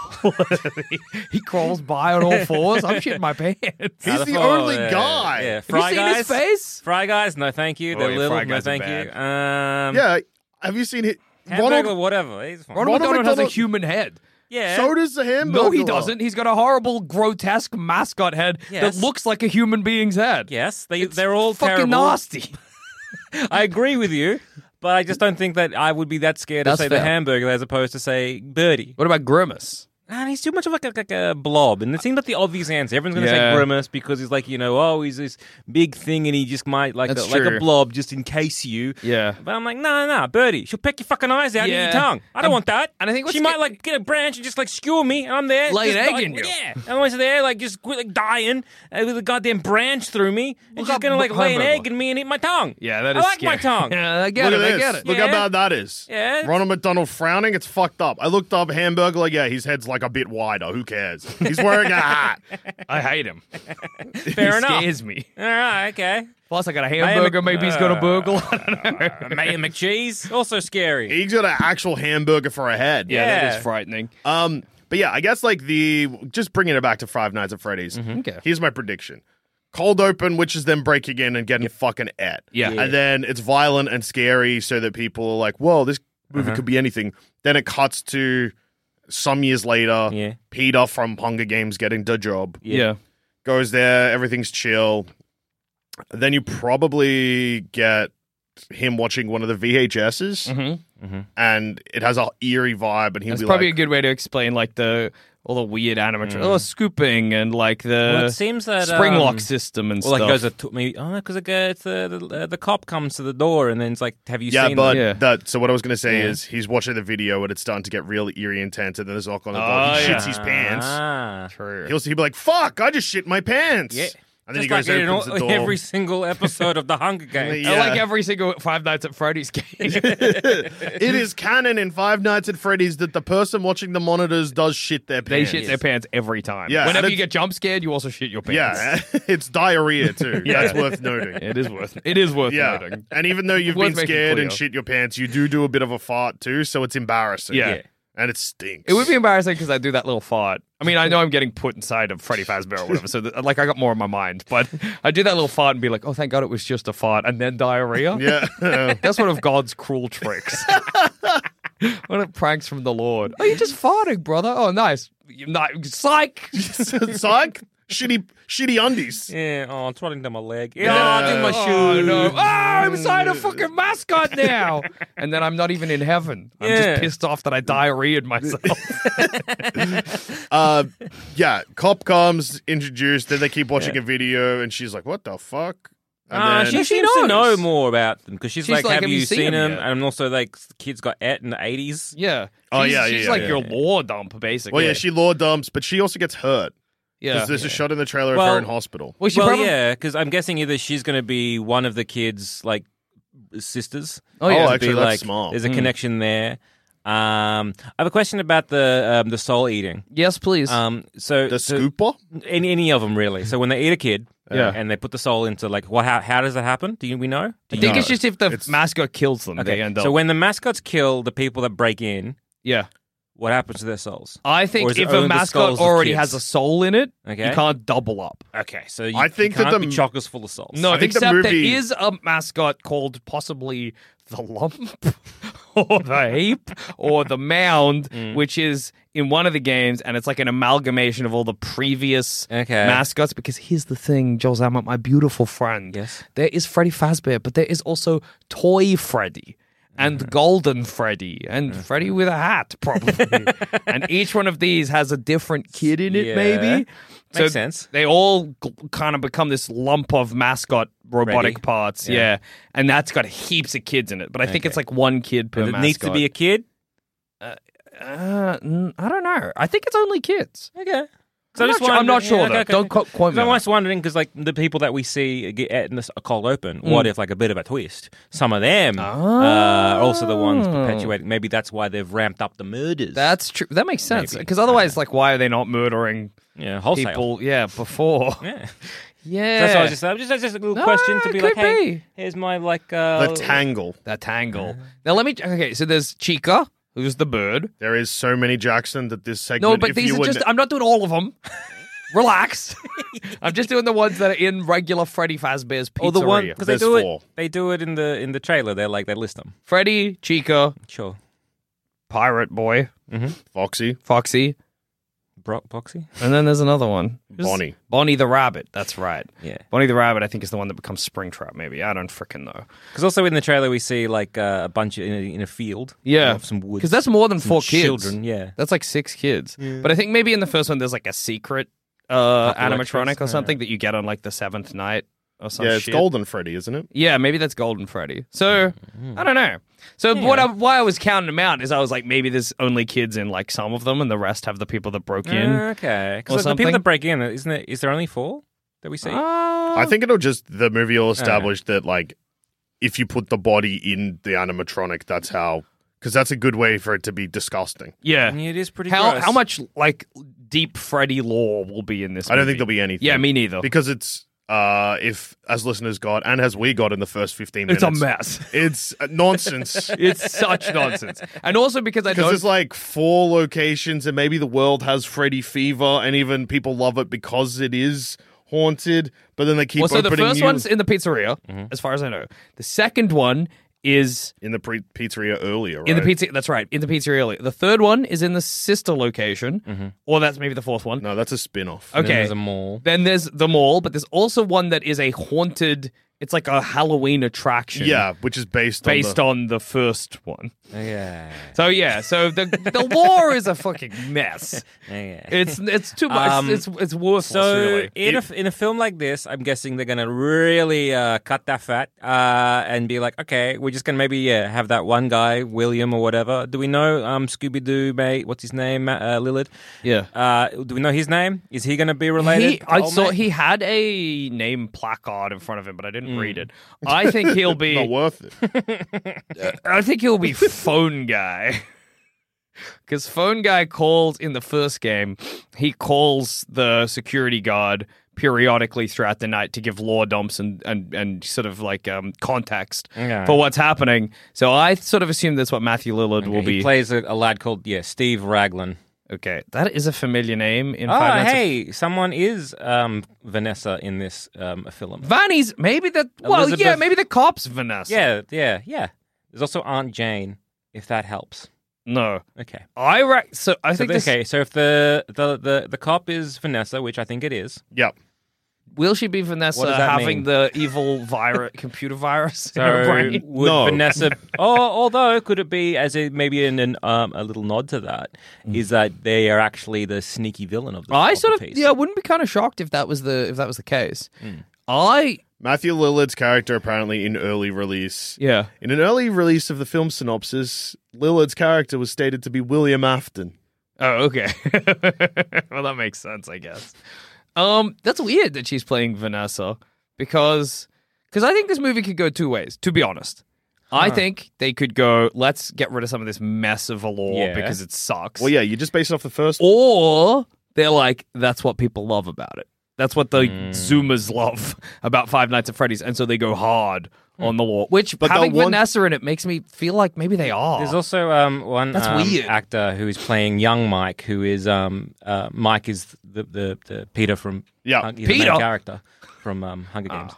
[SPEAKER 3] he, he crawls by on all fours. I'm shitting my pants.
[SPEAKER 4] he's the
[SPEAKER 1] Oh,
[SPEAKER 4] only
[SPEAKER 1] yeah,
[SPEAKER 4] guy.
[SPEAKER 1] Yeah,
[SPEAKER 3] Have you
[SPEAKER 1] Fry
[SPEAKER 3] seen
[SPEAKER 1] guys.
[SPEAKER 3] his face?
[SPEAKER 1] Fry guys, no thank you.
[SPEAKER 3] Oh,
[SPEAKER 1] They're
[SPEAKER 3] yeah,
[SPEAKER 1] little,
[SPEAKER 3] Fry
[SPEAKER 1] no
[SPEAKER 3] guys are
[SPEAKER 1] thank you. Um,
[SPEAKER 4] Yeah, have you seen it?
[SPEAKER 1] hamburger,
[SPEAKER 4] Ronald,
[SPEAKER 1] whatever. He's fine.
[SPEAKER 3] Ronald,
[SPEAKER 4] Ronald
[SPEAKER 3] McDonald, has
[SPEAKER 4] McDonald-
[SPEAKER 3] a human head.
[SPEAKER 1] yeah,
[SPEAKER 4] so does the hamburger.
[SPEAKER 3] No, he doesn't. He's got a horrible, grotesque mascot head
[SPEAKER 1] Yes.
[SPEAKER 3] that looks like a human being's head.
[SPEAKER 1] yes. They they're all
[SPEAKER 3] fucking
[SPEAKER 1] terrible.
[SPEAKER 3] nasty.
[SPEAKER 1] I agree with you, but I just don't think that I would be that scared
[SPEAKER 3] That's
[SPEAKER 1] to say
[SPEAKER 3] fair.
[SPEAKER 1] the hamburger as opposed to say birdie.
[SPEAKER 3] What about Grimace?
[SPEAKER 5] Man, he's too much of like a, like a blob, and it seems like the obvious answer. Everyone's gonna
[SPEAKER 3] Yeah.
[SPEAKER 5] say grimace because he's like you know, oh, he's this big thing, and he just might like a,
[SPEAKER 3] That's
[SPEAKER 5] like a
[SPEAKER 3] true.
[SPEAKER 5] blob just in case you.
[SPEAKER 3] Yeah.
[SPEAKER 5] But I'm like, no, no, no, Birdie, she'll peck your fucking eyes out
[SPEAKER 3] Yeah.
[SPEAKER 5] and your tongue. I don't
[SPEAKER 3] And-
[SPEAKER 5] want that.
[SPEAKER 3] and I think what's
[SPEAKER 5] she might
[SPEAKER 3] get-
[SPEAKER 5] like get a branch and just like skewer me, and I'm there,
[SPEAKER 3] Lay an
[SPEAKER 5] just,
[SPEAKER 3] egg
[SPEAKER 5] like,
[SPEAKER 3] in you.
[SPEAKER 5] Yeah, and I'm always there, like just quit, like dying uh, with a goddamn branch through me, and
[SPEAKER 3] Look
[SPEAKER 5] she's
[SPEAKER 3] up
[SPEAKER 5] gonna like lay an
[SPEAKER 3] Homer.
[SPEAKER 5] egg in me and eat my tongue.
[SPEAKER 3] Yeah, that
[SPEAKER 5] I
[SPEAKER 3] is
[SPEAKER 5] like my
[SPEAKER 3] scary.
[SPEAKER 5] tongue.
[SPEAKER 3] Yeah, I get
[SPEAKER 4] Look at
[SPEAKER 3] it. I
[SPEAKER 4] this.
[SPEAKER 3] get it.
[SPEAKER 4] Look
[SPEAKER 5] Yeah.
[SPEAKER 4] how bad that is.
[SPEAKER 5] Yeah.
[SPEAKER 4] Ronald McDonald frowning. It's fucked up. I looked up Hamburger. Like, yeah, his head's like a bit wider. Who cares? He's wearing a hat.
[SPEAKER 3] I hate him.
[SPEAKER 5] Fair
[SPEAKER 3] he
[SPEAKER 5] enough.
[SPEAKER 3] scares me.
[SPEAKER 5] All right, okay.
[SPEAKER 3] Plus, I got a hamburger. Maybe he's got a
[SPEAKER 5] uh,
[SPEAKER 3] burgle.
[SPEAKER 5] Mayor McCheese, also scary.
[SPEAKER 4] He's got an actual hamburger for a head.
[SPEAKER 3] yeah, that
[SPEAKER 5] Yeah.
[SPEAKER 3] is frightening.
[SPEAKER 4] Um, but yeah, I guess like the just bringing it back to Five Nights at Freddy's.
[SPEAKER 3] Mm-hmm. Okay.
[SPEAKER 4] Here's my prediction: cold open, which is them breaking in and getting fucking at.
[SPEAKER 3] Yeah. Yeah.
[SPEAKER 4] and then it's violent and scary, so that people are like, "Whoa, this movie
[SPEAKER 3] Uh-huh.
[SPEAKER 4] could be anything." Then it cuts to some years later.
[SPEAKER 5] Yeah.
[SPEAKER 4] Peter from Hunger Games getting the job
[SPEAKER 5] Yeah.
[SPEAKER 3] yeah.
[SPEAKER 4] goes there. Everything's chill. Then you probably get him watching one of the VHSs, and it has a eerie vibe, and he'll
[SPEAKER 3] Mm-hmm. That's
[SPEAKER 4] be
[SPEAKER 3] probably
[SPEAKER 4] like,
[SPEAKER 3] a good way to explain like the all the weird animatronics, all the scooping and like the
[SPEAKER 5] Well, it seems that,
[SPEAKER 3] spring
[SPEAKER 5] um,
[SPEAKER 3] lock system and
[SPEAKER 5] Well, like
[SPEAKER 3] stuff.
[SPEAKER 5] it goes to t- maybe oh because it uh, it's uh, the uh, the cop comes to the door and then it's like have you
[SPEAKER 4] Yeah,
[SPEAKER 5] seen
[SPEAKER 4] but
[SPEAKER 5] them?
[SPEAKER 3] Yeah.
[SPEAKER 4] that. So what I was going to say
[SPEAKER 5] Yeah.
[SPEAKER 4] is he's watching the video and it's starting to get really eerie intense, and then there's a knock on the door.
[SPEAKER 3] Oh,
[SPEAKER 4] he
[SPEAKER 3] yeah. Uh,
[SPEAKER 4] shits his pants.
[SPEAKER 5] Ah.
[SPEAKER 4] He'll, he'll be like, "Fuck! I just shit my pants."
[SPEAKER 5] Yeah.
[SPEAKER 4] And then he
[SPEAKER 5] Just
[SPEAKER 4] goes
[SPEAKER 5] like
[SPEAKER 4] and
[SPEAKER 5] in
[SPEAKER 4] opens
[SPEAKER 5] all-
[SPEAKER 4] the door.
[SPEAKER 5] every single episode of the Hunger Games.
[SPEAKER 4] Yeah.
[SPEAKER 3] I like every single Five Nights at Freddy's game.
[SPEAKER 4] it is canon in Five Nights at Freddy's that the person watching the monitors does shit their
[SPEAKER 3] they
[SPEAKER 4] pants.
[SPEAKER 3] shit their pants every time.
[SPEAKER 4] Yeah, and
[SPEAKER 3] Whenever you
[SPEAKER 4] it's-
[SPEAKER 3] get jump scared, you also shit your pants.
[SPEAKER 4] Yeah, it's diarrhea too. That's worth noting.
[SPEAKER 3] it is worth it is worth
[SPEAKER 4] Yeah,
[SPEAKER 3] noting.
[SPEAKER 4] and even though you've
[SPEAKER 3] Worth
[SPEAKER 4] been
[SPEAKER 3] making
[SPEAKER 4] scared and
[SPEAKER 3] clear.
[SPEAKER 4] shit your pants, you do do a bit of a fart too, so it's embarrassing.
[SPEAKER 3] Yeah. Yeah.
[SPEAKER 4] and it stinks.
[SPEAKER 3] It would be embarrassing because I do that little fart. I mean, I know I'm getting put inside of Freddy Fazbear or whatever, so that, like I got more on my mind. But I do that little fart and be like, "Oh, thank God it was just a fart," and then diarrhea.
[SPEAKER 4] yeah.
[SPEAKER 3] That's one of God's cruel tricks. One of pranks from the Lord. Oh, you're just farting, brother. Oh, nice. You're not psych.
[SPEAKER 4] Psych. Shitty, shitty undies.
[SPEAKER 5] Yeah, oh, I'm twirling down my leg. Yeah, oh, doing my shoe.
[SPEAKER 3] Oh, no. oh, I'm inside a fucking mascot now. And then I'm not even in heaven. I'm
[SPEAKER 5] Yeah.
[SPEAKER 3] just pissed off that I diarrheaed myself.
[SPEAKER 4] Uh, yeah, cop comes introduced. Then they keep watching a video, and she's like, "What the fuck?" And
[SPEAKER 5] Ah,
[SPEAKER 4] then
[SPEAKER 5] she
[SPEAKER 3] She
[SPEAKER 5] seems to know
[SPEAKER 3] knows.
[SPEAKER 5] more about them because she's,
[SPEAKER 3] She's
[SPEAKER 5] like,
[SPEAKER 3] like,
[SPEAKER 5] have, you
[SPEAKER 3] him
[SPEAKER 5] seen, him?
[SPEAKER 3] yet?
[SPEAKER 5] And also, like, the kids got at in the 80s.
[SPEAKER 3] yeah.
[SPEAKER 4] Oh,
[SPEAKER 3] She's-
[SPEAKER 4] yeah, yeah,
[SPEAKER 3] She's
[SPEAKER 4] yeah,
[SPEAKER 3] like
[SPEAKER 4] yeah.
[SPEAKER 3] your law dump, basically.
[SPEAKER 4] well, yeah, she law dumps, but she also gets hurt because
[SPEAKER 3] Yeah.
[SPEAKER 4] there's a shot in the trailer of
[SPEAKER 5] Well-
[SPEAKER 4] her in hospital.
[SPEAKER 3] well, she
[SPEAKER 5] well,
[SPEAKER 3] probably.
[SPEAKER 5] yeah, because I'm guessing either she's going to be one of the kids' like sisters.
[SPEAKER 3] Oh, yeah.
[SPEAKER 4] Oh,
[SPEAKER 5] To
[SPEAKER 4] actually,
[SPEAKER 5] be,
[SPEAKER 4] that's
[SPEAKER 5] like,
[SPEAKER 4] smart.
[SPEAKER 5] There's a connection there. Um, I have a question about the um, the soul eating.
[SPEAKER 3] Yes, please.
[SPEAKER 5] Um, so
[SPEAKER 4] The
[SPEAKER 5] so-
[SPEAKER 4] scooper?
[SPEAKER 5] any any of them really. So when they eat a kid, uh,
[SPEAKER 3] Yeah.
[SPEAKER 5] and they put the soul into like, well, how how does that happen? Do you, we know? Do
[SPEAKER 3] I
[SPEAKER 5] you
[SPEAKER 3] think
[SPEAKER 5] know?
[SPEAKER 3] it's just if the
[SPEAKER 4] it's-
[SPEAKER 3] mascot kills them, they end up.
[SPEAKER 5] So when the mascots kill the people that break in,
[SPEAKER 3] yeah.
[SPEAKER 5] what happens to their souls?
[SPEAKER 3] I
[SPEAKER 5] Or
[SPEAKER 3] think
[SPEAKER 5] is it
[SPEAKER 3] if
[SPEAKER 5] only
[SPEAKER 3] a
[SPEAKER 5] the
[SPEAKER 3] mascot
[SPEAKER 5] skulls of
[SPEAKER 3] already
[SPEAKER 5] kids?
[SPEAKER 3] has a soul in it,
[SPEAKER 5] Okay.
[SPEAKER 3] you can't double up.
[SPEAKER 5] Okay, so you,
[SPEAKER 4] I
[SPEAKER 5] you
[SPEAKER 4] think that
[SPEAKER 5] can't
[SPEAKER 4] the-
[SPEAKER 5] be chockers full of souls.
[SPEAKER 3] No,
[SPEAKER 4] I think the
[SPEAKER 3] except
[SPEAKER 4] movie-
[SPEAKER 3] there is a mascot called possibly the lump or the heap or the mound, which is in one of the games, and it's like an amalgamation of all the previous
[SPEAKER 5] Okay.
[SPEAKER 3] mascots. Because here's the thing, Joel Zammert, my beautiful friend.
[SPEAKER 5] Yes.
[SPEAKER 3] There is Freddy Fazbear, but there is also Toy Freddy. And Golden Freddy, and Freddy with a hat, probably. and each one of these has a different kid in it,
[SPEAKER 5] Yeah.
[SPEAKER 3] maybe.
[SPEAKER 5] Makes sense.
[SPEAKER 3] They all gl- kind of become this lump of mascot robotic
[SPEAKER 5] Ready.
[SPEAKER 3] parts. Yeah. And that's got heaps of kids in it. But I think it's like one kid per
[SPEAKER 5] Does it needs to be a kid.
[SPEAKER 3] Uh, mm, I don't know. I think it's only kids.
[SPEAKER 5] Okay. So
[SPEAKER 3] I'm
[SPEAKER 5] I just
[SPEAKER 3] not su- I'm
[SPEAKER 5] wondered-
[SPEAKER 3] not sure, though. Don't quote- quote me
[SPEAKER 5] I'm
[SPEAKER 3] on
[SPEAKER 5] just wondering because like the people that we see get at in this cold open,
[SPEAKER 3] Mm.
[SPEAKER 5] what if like a bit of a twist? Some of them uh, are also the ones perpetuating. Maybe that's why they've ramped up the murders.
[SPEAKER 3] That's true. Ah. That makes sense. Because otherwise, like, why are they not murdering
[SPEAKER 5] yeah, wholesale.
[SPEAKER 3] people? Yeah, before.
[SPEAKER 5] Yeah.
[SPEAKER 3] yeah.
[SPEAKER 5] That's what I was just saying. Just, just a little
[SPEAKER 3] No,
[SPEAKER 5] question to
[SPEAKER 3] it
[SPEAKER 5] be like,
[SPEAKER 3] could
[SPEAKER 5] hey,
[SPEAKER 3] be.
[SPEAKER 5] here's my like uh,
[SPEAKER 4] The tangle.
[SPEAKER 3] That tangle.
[SPEAKER 5] Uh-huh.
[SPEAKER 3] Now, let me. Okay, so there's Chica, who's the bird.
[SPEAKER 4] There is so many Jackson that this segment.
[SPEAKER 3] No, but
[SPEAKER 4] if
[SPEAKER 3] these
[SPEAKER 4] you
[SPEAKER 3] are
[SPEAKER 4] were
[SPEAKER 3] just.
[SPEAKER 4] ne-
[SPEAKER 3] I'm not doing all of them. Relax. I'm just doing the ones that are in regular Freddy Fazbear's pizzeria.
[SPEAKER 5] or the one because they
[SPEAKER 4] There's
[SPEAKER 5] do
[SPEAKER 4] four.
[SPEAKER 5] it. They do it in the in the trailer. They're like they list them.
[SPEAKER 3] Freddy, Chica,
[SPEAKER 5] Sure.
[SPEAKER 3] Pirate Boy,
[SPEAKER 4] Foxy.
[SPEAKER 3] Foxy,
[SPEAKER 5] Bro- Boxy?
[SPEAKER 3] And then there's another one. Just-
[SPEAKER 4] Bonnie.
[SPEAKER 3] Bonnie the Rabbit. That's right.
[SPEAKER 5] Yeah.
[SPEAKER 3] Bonnie the Rabbit, I think, is the one that becomes Springtrap, maybe. I don't frickin' know.
[SPEAKER 5] Because also in the trailer we see like uh, a bunch in a, in a field.
[SPEAKER 3] Yeah.
[SPEAKER 5] of some woods.
[SPEAKER 3] Because that's more than
[SPEAKER 5] some
[SPEAKER 3] four kids.
[SPEAKER 5] Children, yeah.
[SPEAKER 3] That's like six kids. But I think maybe in the first one, there's like a secret uh, animatronic
[SPEAKER 5] electricity.
[SPEAKER 3] or something that you get on like the seventh night or something.
[SPEAKER 4] yeah, it's Golden Freddy, isn't it?
[SPEAKER 3] Yeah, maybe that's Golden Freddy. So I don't know. So what? I, why I was counting them out is I was like, maybe there's only kids in like some of them, and the rest have the people that broke in.
[SPEAKER 5] Uh, okay.
[SPEAKER 3] Or
[SPEAKER 5] Because the people
[SPEAKER 3] something.
[SPEAKER 5] that break in, isn't it? Is there only four that we see?
[SPEAKER 4] I think it'll just the movie will establish that like if you put the body in the animatronic, that's how because that's a good way for it to be disgusting.
[SPEAKER 3] yeah.
[SPEAKER 5] it is pretty.
[SPEAKER 3] How
[SPEAKER 5] gross.
[SPEAKER 3] how much like deep Freddy lore will be in this?
[SPEAKER 4] I don't
[SPEAKER 3] movie?
[SPEAKER 4] think there'll be anything.
[SPEAKER 3] Yeah, me neither.
[SPEAKER 4] Because it's uh if as listeners got and as we got in the first fifteen
[SPEAKER 3] it's
[SPEAKER 4] minutes,
[SPEAKER 3] a mess.
[SPEAKER 4] It's uh, nonsense.
[SPEAKER 3] it's such nonsense, and also because I
[SPEAKER 4] Because
[SPEAKER 3] don't.
[SPEAKER 4] there's like four locations, and maybe the world has Freddy fever, and even people love it because it is haunted. But then they keep
[SPEAKER 3] well, so the
[SPEAKER 4] opening
[SPEAKER 3] first
[SPEAKER 4] new
[SPEAKER 3] one's in the pizzeria,
[SPEAKER 5] Mm-hmm.
[SPEAKER 3] as far as I know. The second one is
[SPEAKER 4] in the pre- pizzeria earlier. Right?
[SPEAKER 3] in the pizza. That's right, in the pizzeria. Early. The third one is in the sister location, or that's maybe the fourth one.
[SPEAKER 4] No, that's a spin-off.
[SPEAKER 3] Okay.
[SPEAKER 5] Mm-hmm. There's a mall.
[SPEAKER 3] Then there's the mall, but there's also one that is a haunted. It's like a Halloween attraction.
[SPEAKER 4] Yeah, which is based on
[SPEAKER 3] Based
[SPEAKER 4] the-
[SPEAKER 3] on the first one.
[SPEAKER 5] Oh, Yeah.
[SPEAKER 3] So yeah, so the the lore is a fucking mess.
[SPEAKER 5] Yeah.
[SPEAKER 3] It's it's too much.
[SPEAKER 5] Um,
[SPEAKER 3] it's it's worthless.
[SPEAKER 5] So
[SPEAKER 3] really.
[SPEAKER 5] in a in a film like this, I'm guessing they're gonna really uh, cut that fat uh, and be like, okay, we're just gonna maybe yeah, have that one guy, William or whatever. Do we know um, Scooby Doo mate? What's his name? Ma- Uh, Lillard.
[SPEAKER 3] Yeah.
[SPEAKER 5] Uh, do we know his name? Is he gonna be related?
[SPEAKER 3] He, I
[SPEAKER 5] Oh,
[SPEAKER 3] saw
[SPEAKER 5] mate.
[SPEAKER 3] he had a name placard in front of him, but I didn't
[SPEAKER 5] Hmm.
[SPEAKER 3] read it. I think he'll
[SPEAKER 4] not
[SPEAKER 3] be.
[SPEAKER 4] worth it.
[SPEAKER 3] I think he'll be phone guy. Because phone guy calls in the first game, he calls the security guard periodically throughout the night to give law dumps and and, and sort of like um, context
[SPEAKER 5] Yeah.
[SPEAKER 3] for what's happening. So I sort of assume that's what Matthew Lillard will
[SPEAKER 5] He
[SPEAKER 3] be.
[SPEAKER 5] plays a, a lad called yeah Steve Raglan.
[SPEAKER 3] okay, that is a familiar name. In
[SPEAKER 5] Oh,
[SPEAKER 3] Five Nights at
[SPEAKER 5] hey, someone is um, Vanessa in this um, film.
[SPEAKER 3] Vanny's maybe the well, yeah,
[SPEAKER 5] Elizabeth-
[SPEAKER 3] maybe the cops Vanessa.
[SPEAKER 5] yeah, yeah, yeah. There's also Aunt Jane, if that helps.
[SPEAKER 3] no,
[SPEAKER 5] Okay.
[SPEAKER 3] I re- so I
[SPEAKER 5] So
[SPEAKER 3] think
[SPEAKER 5] the-
[SPEAKER 3] this,
[SPEAKER 5] okay, so if the, the, the, the cop is Vanessa, which I think it is,
[SPEAKER 4] Yep.
[SPEAKER 3] will she be Vanessa
[SPEAKER 5] What does that
[SPEAKER 3] having
[SPEAKER 5] mean?
[SPEAKER 3] the evil virus computer virus in her
[SPEAKER 5] so
[SPEAKER 3] brain?
[SPEAKER 5] would
[SPEAKER 4] No.
[SPEAKER 5] Vanessa? oh, although could it be as a, maybe in an, um, a little nod to that is that they are actually the sneaky villain of the
[SPEAKER 3] I
[SPEAKER 5] of the
[SPEAKER 3] sort of
[SPEAKER 5] piece.
[SPEAKER 3] yeah, I wouldn't be kind of shocked if that was the if that was the case. I
[SPEAKER 4] Matthew Lillard's character apparently in early release.
[SPEAKER 3] yeah.
[SPEAKER 4] In an early release of the film synopsis, Lillard's character was stated to be William Afton.
[SPEAKER 3] Oh, okay. well, that makes sense, I guess. Um, that's weird that she's playing Vanessa because because I think this movie could go two ways. To be honest, I think they could go. Let's get rid of some of this mess of a law
[SPEAKER 5] Yeah.
[SPEAKER 3] because it sucks.
[SPEAKER 4] Well, yeah, you just based it off the first.
[SPEAKER 3] or they're like, that's what people love about it. That's what the
[SPEAKER 5] Hmm.
[SPEAKER 3] Zoomers love about Five Nights at Freddy's, and so they go hard
[SPEAKER 5] Hmm.
[SPEAKER 3] on the law. Which
[SPEAKER 4] But
[SPEAKER 3] having
[SPEAKER 4] they'll want-
[SPEAKER 3] Vanessa in it makes me feel like maybe they are.
[SPEAKER 5] There's also um, one
[SPEAKER 3] That's
[SPEAKER 5] um,
[SPEAKER 3] weird.
[SPEAKER 5] actor who is playing young Mike, who is um, uh, Mike is the, the, the Peter from
[SPEAKER 4] Yeah.
[SPEAKER 5] Hun- he's the main
[SPEAKER 3] Peter.
[SPEAKER 5] character from um, Hunger Games.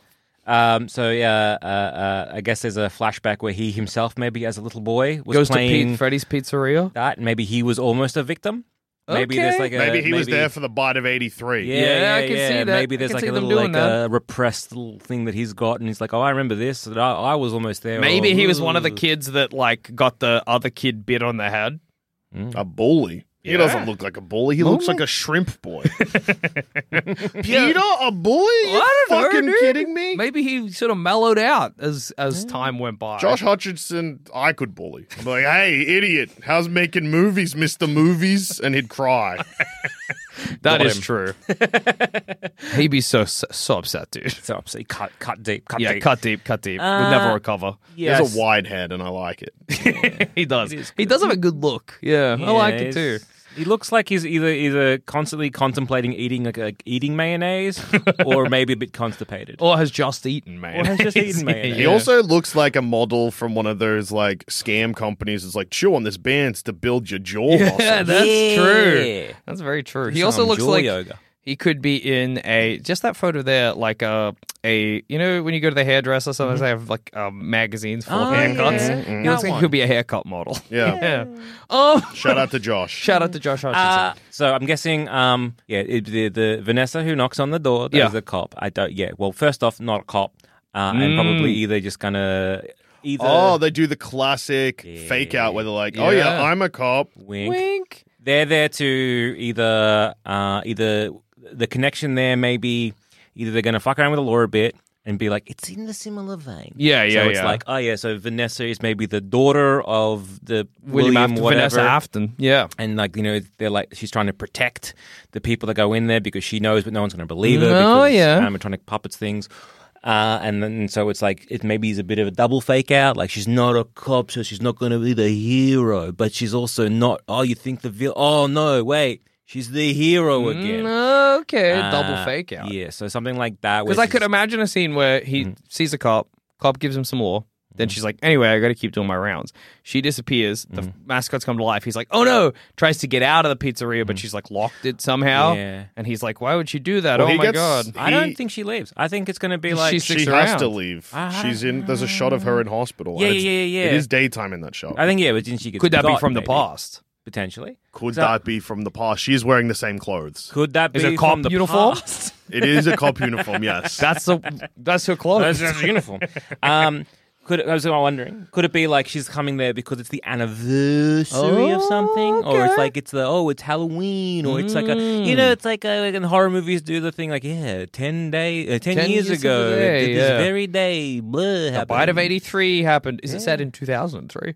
[SPEAKER 5] Um, so yeah, uh, uh, I guess there's a flashback where he himself, maybe as a little boy, was
[SPEAKER 3] goes to
[SPEAKER 5] playing
[SPEAKER 3] Pete Freddy's Pizzeria.
[SPEAKER 5] that. Maybe he was almost a victim. Maybe there's
[SPEAKER 3] Okay.
[SPEAKER 1] uh,
[SPEAKER 5] like a
[SPEAKER 4] maybe he was there for the bite of 83.
[SPEAKER 5] yeah, yeah,
[SPEAKER 3] Yeah, I
[SPEAKER 5] yeah,
[SPEAKER 3] can see
[SPEAKER 5] yeah.
[SPEAKER 3] that.
[SPEAKER 5] Maybe
[SPEAKER 3] I
[SPEAKER 5] there's
[SPEAKER 3] can
[SPEAKER 5] like
[SPEAKER 3] see
[SPEAKER 5] a
[SPEAKER 3] them
[SPEAKER 5] little
[SPEAKER 3] doing
[SPEAKER 5] like
[SPEAKER 3] that.
[SPEAKER 5] uh, repressed little thing that he's got, and he's like, "Oh, I remember this. and I, I was almost there."
[SPEAKER 3] Maybe
[SPEAKER 5] or,
[SPEAKER 3] he was one of the
[SPEAKER 5] uh, "Ooh."
[SPEAKER 3] kids that like got the other kid bit on the head.
[SPEAKER 4] A bully. He doesn't look like a bully. He looks like a shrimp boy. Peter, a bully? You
[SPEAKER 3] I don't know,
[SPEAKER 4] fucking
[SPEAKER 3] dude.
[SPEAKER 4] kidding me?
[SPEAKER 3] Maybe he sort of mellowed out as as time went by.
[SPEAKER 4] Josh Hutcherson, I could bully. I'm like, hey, idiot, how's making movies, Mister Movies? And he'd cry.
[SPEAKER 3] that
[SPEAKER 5] got
[SPEAKER 3] is
[SPEAKER 5] him.
[SPEAKER 3] true. He'd be so so upset, dude.
[SPEAKER 5] So obviously, cut, cut deep, cut
[SPEAKER 3] yeah,
[SPEAKER 5] deep.
[SPEAKER 3] cut deep, cut deep.
[SPEAKER 5] Uh,
[SPEAKER 3] We'll never recover.
[SPEAKER 4] He has
[SPEAKER 5] Yes.
[SPEAKER 4] a wide head, and I like it.
[SPEAKER 3] he does. he does have a good look. Yeah, I like it too.
[SPEAKER 5] he's- He looks like he's either either constantly contemplating eating like, like eating mayonnaise, or maybe a bit constipated.
[SPEAKER 3] Or has just eaten, man.
[SPEAKER 5] Or has just eaten mayonnaise.
[SPEAKER 4] He also looks like a model from one of those like scam companies. It's like chew on this bands to build your jaw muscles.
[SPEAKER 3] Yeah, that's
[SPEAKER 5] Yeah.
[SPEAKER 3] true. That's very true. He also
[SPEAKER 5] Some
[SPEAKER 3] looks
[SPEAKER 5] jaw
[SPEAKER 3] like
[SPEAKER 5] yoga.
[SPEAKER 3] He could be in a just that photo there, like a a you know when you go to the hairdresser, sometimes they have like um, magazines full of
[SPEAKER 5] Mm-hmm. Oh, yeah.
[SPEAKER 3] haircuts.
[SPEAKER 5] Mhm.
[SPEAKER 3] He looks like he could be a haircut model.
[SPEAKER 4] Yeah.
[SPEAKER 3] yeah. Um,
[SPEAKER 4] Shout out to Josh.
[SPEAKER 3] shout out to Josh Hutcherson.
[SPEAKER 5] Uh, so I'm guessing, um, yeah, it, the, the Vanessa who knocks on the door, that
[SPEAKER 3] Yeah.
[SPEAKER 5] is the cop. I don't, yeah. Well, first off, not a cop, uh, and probably either just kind of either
[SPEAKER 4] oh, they do the classic fake out where they're like, "Oh yeah,
[SPEAKER 3] Yeah.
[SPEAKER 4] I'm a cop."
[SPEAKER 5] wink.
[SPEAKER 3] Wink.
[SPEAKER 5] They're there to either, uh, either the connection there may be either they're going to fuck around with the law a bit and be like, it's in the similar vein.
[SPEAKER 3] Yeah, yeah,
[SPEAKER 5] So it's
[SPEAKER 3] yeah.
[SPEAKER 5] like, oh yeah, so Vanessa is maybe the daughter of the
[SPEAKER 3] William,
[SPEAKER 5] William,
[SPEAKER 3] Afton,
[SPEAKER 5] whatever.
[SPEAKER 3] Vanessa Afton. Yeah.
[SPEAKER 5] and like you know they're like she's trying to protect the people that go in there because she knows but no one's going to believe her
[SPEAKER 3] Oh,
[SPEAKER 5] because
[SPEAKER 3] yeah.
[SPEAKER 5] animatronic puppets things uh, and then so it's like it maybe is a bit of a double fake out like she's not a cop so she's not going to be the hero but she's also not oh you think the vil- oh no wait she's the hero again
[SPEAKER 3] Mm, Okay.
[SPEAKER 5] Uh,
[SPEAKER 3] Double fake out.
[SPEAKER 5] yeah Mm-hmm. so something like that where
[SPEAKER 3] Because I
[SPEAKER 5] she's-
[SPEAKER 3] could imagine a scene where he sees a cop, cop gives him some law.
[SPEAKER 5] Mm-hmm.
[SPEAKER 3] Then she's like, anyway, I got to keep doing my rounds. She disappears. The
[SPEAKER 5] Mm-hmm.
[SPEAKER 3] mascots come to life. He's like, oh no! Tries to get out of the pizzeria, but she's like locked it somehow.
[SPEAKER 5] Mm-hmm. Yeah.
[SPEAKER 3] And he's like, why would she do that?
[SPEAKER 4] Well,
[SPEAKER 3] oh
[SPEAKER 4] he
[SPEAKER 3] my
[SPEAKER 4] gets-
[SPEAKER 3] god!
[SPEAKER 5] I don't
[SPEAKER 4] he-
[SPEAKER 5] think she leaves I think it's going to be like
[SPEAKER 3] She's-
[SPEAKER 4] She
[SPEAKER 3] sticks
[SPEAKER 4] has
[SPEAKER 3] around.
[SPEAKER 4] to leave. She's in. There's a shot of her in hospital. and
[SPEAKER 5] Yeah,
[SPEAKER 4] it's-
[SPEAKER 5] yeah, yeah, yeah.
[SPEAKER 4] It is daytime in that shot.
[SPEAKER 5] I think yeah but then she gets
[SPEAKER 3] Could that be
[SPEAKER 5] got,
[SPEAKER 3] from the
[SPEAKER 5] maybe,
[SPEAKER 3] past?
[SPEAKER 5] potentially
[SPEAKER 4] Could
[SPEAKER 3] uh,
[SPEAKER 5] So-
[SPEAKER 4] that be from the past? She is wearing the same clothes.
[SPEAKER 5] could that
[SPEAKER 3] Is
[SPEAKER 5] be
[SPEAKER 3] it cop
[SPEAKER 5] from the
[SPEAKER 3] uniform?
[SPEAKER 5] past?
[SPEAKER 4] It is a cop uniform. Yes.
[SPEAKER 3] That's the that's her clothes.
[SPEAKER 5] That's just uniform. Um, could I was wondering, could it be like she's coming there because it's the anniversary of something, or it's
[SPEAKER 3] okay.
[SPEAKER 5] like it's the oh, it's Halloween, or it's like a you know, it's like, uh like in horror movies do the thing like yeah, ten day, uh,
[SPEAKER 3] 10
[SPEAKER 5] 10, years,
[SPEAKER 3] years
[SPEAKER 5] ago,
[SPEAKER 3] to the day,
[SPEAKER 5] th- this
[SPEAKER 3] yeah.
[SPEAKER 5] very day, blah,
[SPEAKER 3] the
[SPEAKER 5] happened.
[SPEAKER 3] bite of eighty three happened. Is it said in two thousand three?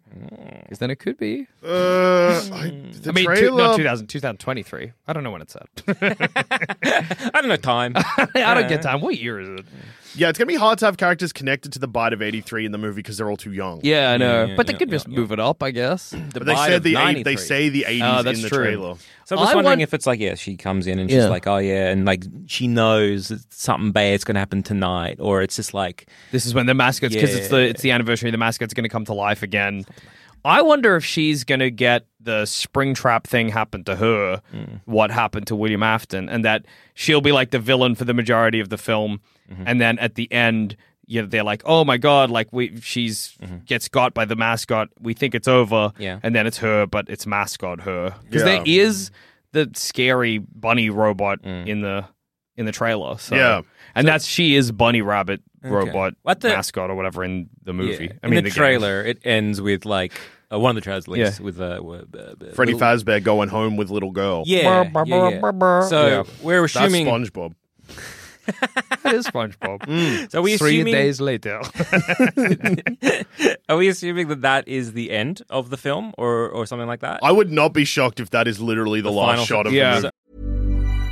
[SPEAKER 3] Because then it could be.
[SPEAKER 4] Uh, I, the
[SPEAKER 3] I mean,
[SPEAKER 4] trailer.
[SPEAKER 3] two, not 2000, 2023. I don't know when it's said.
[SPEAKER 5] I don't know time.
[SPEAKER 3] I don't get time. What year is it?
[SPEAKER 4] yeah, it's gonna be hard to have characters connected to the bite of '83 in the movie because they're all too young.
[SPEAKER 3] Yeah, I know.
[SPEAKER 5] yeah,
[SPEAKER 3] but they
[SPEAKER 5] yeah,
[SPEAKER 3] could
[SPEAKER 5] yeah,
[SPEAKER 3] just move it up, I guess.
[SPEAKER 4] But they
[SPEAKER 5] bite
[SPEAKER 4] said
[SPEAKER 5] of
[SPEAKER 4] the eight,
[SPEAKER 5] 93.
[SPEAKER 4] they say the 80s
[SPEAKER 3] Oh,
[SPEAKER 4] in
[SPEAKER 3] that's
[SPEAKER 4] the
[SPEAKER 3] true.
[SPEAKER 4] trailer.
[SPEAKER 5] So I'm just
[SPEAKER 3] I
[SPEAKER 5] wondering
[SPEAKER 3] want-
[SPEAKER 5] if it's like yeah, she comes in and she's
[SPEAKER 3] Yeah.
[SPEAKER 5] like oh yeah, and like she knows that something bad's gonna happen tonight, or it's just like
[SPEAKER 3] This is when the mascots because it's the
[SPEAKER 5] Yeah.
[SPEAKER 3] it's the anniversary. The mascot's going to come to life again. I wonder if she's going to get the spring trap thing happen to her, what happened to William Afton, and that she'll be like the villain for the majority of the film, and then at the end. You know, they're like, oh my god, like we, she's gets got by the mascot. We think it's over,
[SPEAKER 5] Yeah.
[SPEAKER 3] and then it's her, but it's mascot her because
[SPEAKER 4] Yeah.
[SPEAKER 3] there is the scary bunny robot in the in the trailer. So.
[SPEAKER 4] Yeah.
[SPEAKER 3] and that's she is Bunny Rabbit robot
[SPEAKER 5] What the-
[SPEAKER 3] mascot or whatever in the movie.
[SPEAKER 5] Yeah.
[SPEAKER 3] I mean
[SPEAKER 5] in the,
[SPEAKER 3] game.
[SPEAKER 5] trailer, it ends with like uh, one of the trailers, at least,
[SPEAKER 3] Yeah.
[SPEAKER 5] with uh, w- uh, uh,
[SPEAKER 4] Freddy
[SPEAKER 5] little-
[SPEAKER 4] Fazbear going home with little girl.
[SPEAKER 5] Yeah,
[SPEAKER 3] Brr, brr,
[SPEAKER 5] yeah,
[SPEAKER 3] brr, brr, brr.
[SPEAKER 5] yeah. So
[SPEAKER 3] Yeah.
[SPEAKER 5] we're
[SPEAKER 4] That's
[SPEAKER 5] assuming.
[SPEAKER 4] SpongeBob.
[SPEAKER 3] It is SpongeBob.
[SPEAKER 5] So Mm. are we
[SPEAKER 3] Three
[SPEAKER 5] assuming?
[SPEAKER 3] days later.
[SPEAKER 5] Are we assuming that that is the end of the film, or or something like that?
[SPEAKER 4] I would not be shocked if that is literally the,
[SPEAKER 5] The final
[SPEAKER 4] last shot of
[SPEAKER 5] shot.
[SPEAKER 3] Yeah.
[SPEAKER 4] the movie.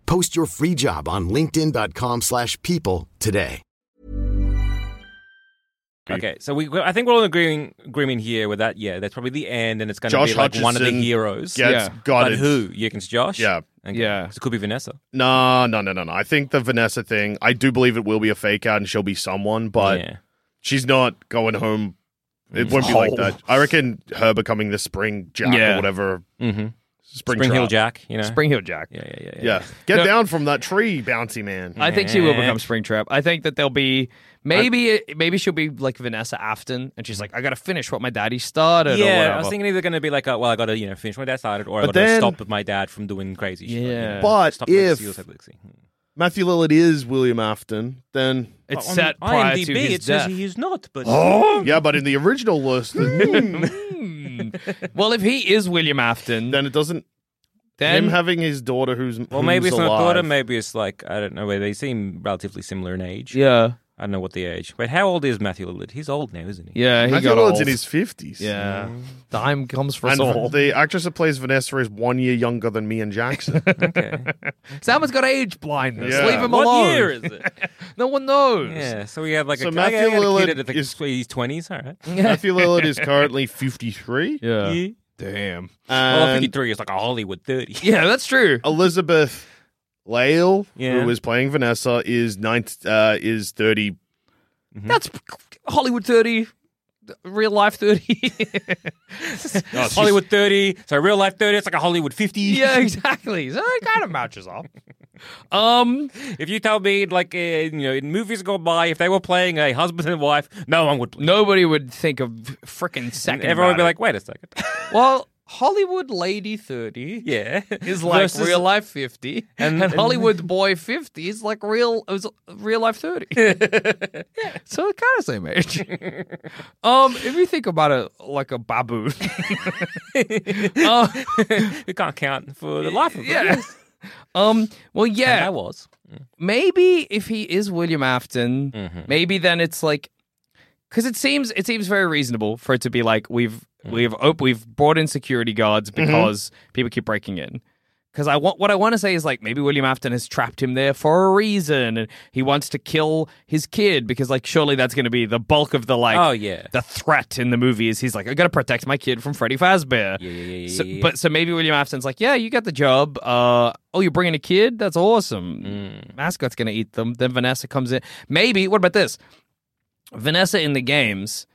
[SPEAKER 6] Post your free job on linkedin.com/people slash people today.
[SPEAKER 5] Okay, so we I think we're all agreeing agreement here with that. Yeah, that's probably the end, and it's going to
[SPEAKER 4] Josh
[SPEAKER 5] be like one of the
[SPEAKER 4] Hutcherson
[SPEAKER 5] heroes.
[SPEAKER 4] Gets
[SPEAKER 3] Yeah.
[SPEAKER 4] gutted.
[SPEAKER 5] But who? You think it's Josh?
[SPEAKER 4] Yeah.
[SPEAKER 5] Okay.
[SPEAKER 3] Yeah.
[SPEAKER 5] So it could be Vanessa.
[SPEAKER 4] No, no, no, no, no. I think the Vanessa thing, I do believe it will be a fake out and she'll be someone, but
[SPEAKER 5] yeah.
[SPEAKER 4] she's not going home. It won't be like that. I reckon her becoming the spring jack or
[SPEAKER 3] Yeah.
[SPEAKER 4] whatever.
[SPEAKER 5] Mm-hmm.
[SPEAKER 4] Spring,
[SPEAKER 5] Spring Hill
[SPEAKER 4] Trap.
[SPEAKER 5] Jack. You know.
[SPEAKER 3] Spring Hill Jack.
[SPEAKER 5] Yeah, yeah, yeah, Mm. yeah.
[SPEAKER 4] Yeah. Get
[SPEAKER 3] No.
[SPEAKER 4] down from that tree, bouncy man.
[SPEAKER 3] I think she will
[SPEAKER 5] Yeah.
[SPEAKER 3] become Springtrap. I think that there'll be maybe uh, maybe she'll be like Vanessa Afton, and she's like, I got to finish what my daddy started. or
[SPEAKER 5] Yeah,
[SPEAKER 3] whatever.
[SPEAKER 5] I was thinking either going to be like, uh well, I got to you know finish my dad started, or I
[SPEAKER 4] But
[SPEAKER 5] got to
[SPEAKER 4] then-
[SPEAKER 5] stop my dad from doing crazy shit. like, you
[SPEAKER 3] Yeah.
[SPEAKER 5] know,
[SPEAKER 4] But
[SPEAKER 5] stop Lexi
[SPEAKER 4] if-
[SPEAKER 5] or stop Lexi.
[SPEAKER 4] Matthew Lillard is William Afton, then
[SPEAKER 3] It's
[SPEAKER 5] On
[SPEAKER 3] set prior
[SPEAKER 5] IMDb,
[SPEAKER 3] to his
[SPEAKER 5] it
[SPEAKER 3] death.
[SPEAKER 5] says he is not, but
[SPEAKER 4] yeah, but in the original list, then
[SPEAKER 3] well, if he is William Afton, then,
[SPEAKER 4] it doesn't. him having his daughter, who's
[SPEAKER 5] well, maybe it's not daughter. Maybe it's like I don't know. They seem relatively similar in age.
[SPEAKER 3] yeah,
[SPEAKER 5] I don't know what the age. But how old is Matthew Lillard? He's old now, isn't he?
[SPEAKER 3] yeah, he
[SPEAKER 4] Matthew
[SPEAKER 3] got
[SPEAKER 4] Lillard's
[SPEAKER 3] old.
[SPEAKER 4] in his fifties.
[SPEAKER 3] yeah, dime comes for us
[SPEAKER 4] and
[SPEAKER 3] all.
[SPEAKER 4] the actress that plays Vanessa is one year younger than me and Jackson.
[SPEAKER 3] Someone's got age blindness.
[SPEAKER 4] Yeah.
[SPEAKER 3] Leave him
[SPEAKER 5] What
[SPEAKER 3] alone.
[SPEAKER 5] year is it?
[SPEAKER 3] No one knows.
[SPEAKER 5] yeah. So we had like
[SPEAKER 4] So
[SPEAKER 5] a
[SPEAKER 4] Matthew
[SPEAKER 5] I had a
[SPEAKER 4] Lillard
[SPEAKER 5] kid at the
[SPEAKER 4] is-
[SPEAKER 5] his twenties. All right.
[SPEAKER 4] Matthew Lillard is currently fifty-three.
[SPEAKER 3] Yeah.
[SPEAKER 5] Yeah.
[SPEAKER 3] Damn.
[SPEAKER 5] Well,
[SPEAKER 4] and
[SPEAKER 5] fifty-three is like a Hollywood thirty.
[SPEAKER 3] Yeah, that's true.
[SPEAKER 4] Elizabeth Lale,
[SPEAKER 5] Yeah.
[SPEAKER 4] who is playing Vanessa, is nine, uh, is thirty.
[SPEAKER 3] That's Hollywood 30, real life 30.
[SPEAKER 5] Hollywood thirty. So real life thirty. It's like a Hollywood fifty.
[SPEAKER 3] yeah, exactly. So it kind of matches up. Um,
[SPEAKER 5] If you tell me, like, uh, you know, in movies go by, if they were playing a husband and wife, no one would.
[SPEAKER 3] nobody would think of frickin'
[SPEAKER 5] And
[SPEAKER 3] second.
[SPEAKER 5] everyone would be
[SPEAKER 3] about
[SPEAKER 5] like, wait a second.
[SPEAKER 3] it. well, Hollywood lady 30
[SPEAKER 5] yeah.
[SPEAKER 3] is like
[SPEAKER 5] Versus-
[SPEAKER 3] real life 50, and,
[SPEAKER 5] and-
[SPEAKER 3] Hollywood boy 50 is like real is real life 30. So they're kind of same age. um, if you think about it like a baboon. Uh,
[SPEAKER 5] We can't count for the life of it.
[SPEAKER 3] yeah. Um. Well,
[SPEAKER 5] And I
[SPEAKER 3] yeah.
[SPEAKER 5] was.
[SPEAKER 3] Maybe if he is William Afton, maybe then it's like, because it seems it seems very reasonable for it to be like we've we've op- we've brought in security guards
[SPEAKER 5] Mm-hmm.
[SPEAKER 3] because people keep breaking in. Because I want what I want to say is like maybe William Afton has trapped him there for a reason, and he wants to kill his kid because like surely that's going to be the bulk of the like
[SPEAKER 5] Oh, yeah.
[SPEAKER 3] the threat in the movie is he's like, I gotta protect my kid from Freddy Fazbear. Yeah, yeah, yeah. So, But so maybe William Afton's like, yeah, you got the job. Uh, oh, you're bringing a kid? That's awesome.
[SPEAKER 5] Mm.
[SPEAKER 3] Mascot's gonna eat them. Then Vanessa comes in. Maybe. What about this? Vanessa in the games.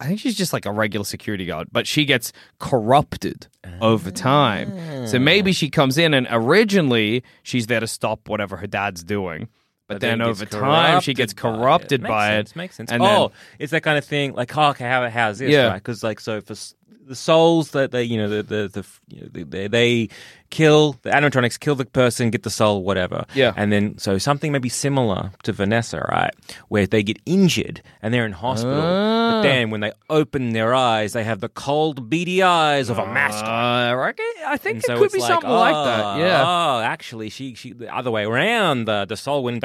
[SPEAKER 3] I think she's just like a regular security guard, but she gets corrupted over time.
[SPEAKER 5] Ah.
[SPEAKER 3] So maybe she comes in and originally she's there to stop whatever her dad's doing. But, then,
[SPEAKER 5] gets
[SPEAKER 3] over time she
[SPEAKER 5] corrupted
[SPEAKER 3] gets
[SPEAKER 5] by it.
[SPEAKER 3] corrupted
[SPEAKER 5] Makes
[SPEAKER 3] by
[SPEAKER 5] sense,
[SPEAKER 3] it.
[SPEAKER 5] Makes sense.
[SPEAKER 3] And
[SPEAKER 5] oh,
[SPEAKER 3] then-
[SPEAKER 5] it's that kind of thing. Like, oh, okay, how, how's this?
[SPEAKER 3] Yeah.
[SPEAKER 5] Right? Because, like, so for s- the souls that they, you know, the the, the you know, the- they, they kill the animatronics, kill the person, get the soul, whatever.
[SPEAKER 3] Yeah.
[SPEAKER 5] And then so something maybe similar to Vanessa, right? Where they get injured and they're in hospital,
[SPEAKER 3] Ah.
[SPEAKER 5] but then when they open their eyes, they have the cold, beady eyes of a mascot.
[SPEAKER 3] Uh, right? I think
[SPEAKER 5] And
[SPEAKER 3] it
[SPEAKER 5] so
[SPEAKER 3] could
[SPEAKER 5] it's
[SPEAKER 3] be
[SPEAKER 5] like,
[SPEAKER 3] something like "Ah, that.
[SPEAKER 5] oh,
[SPEAKER 3] Yeah.
[SPEAKER 5] Oh, actually, she she the other way around. The the soul went. into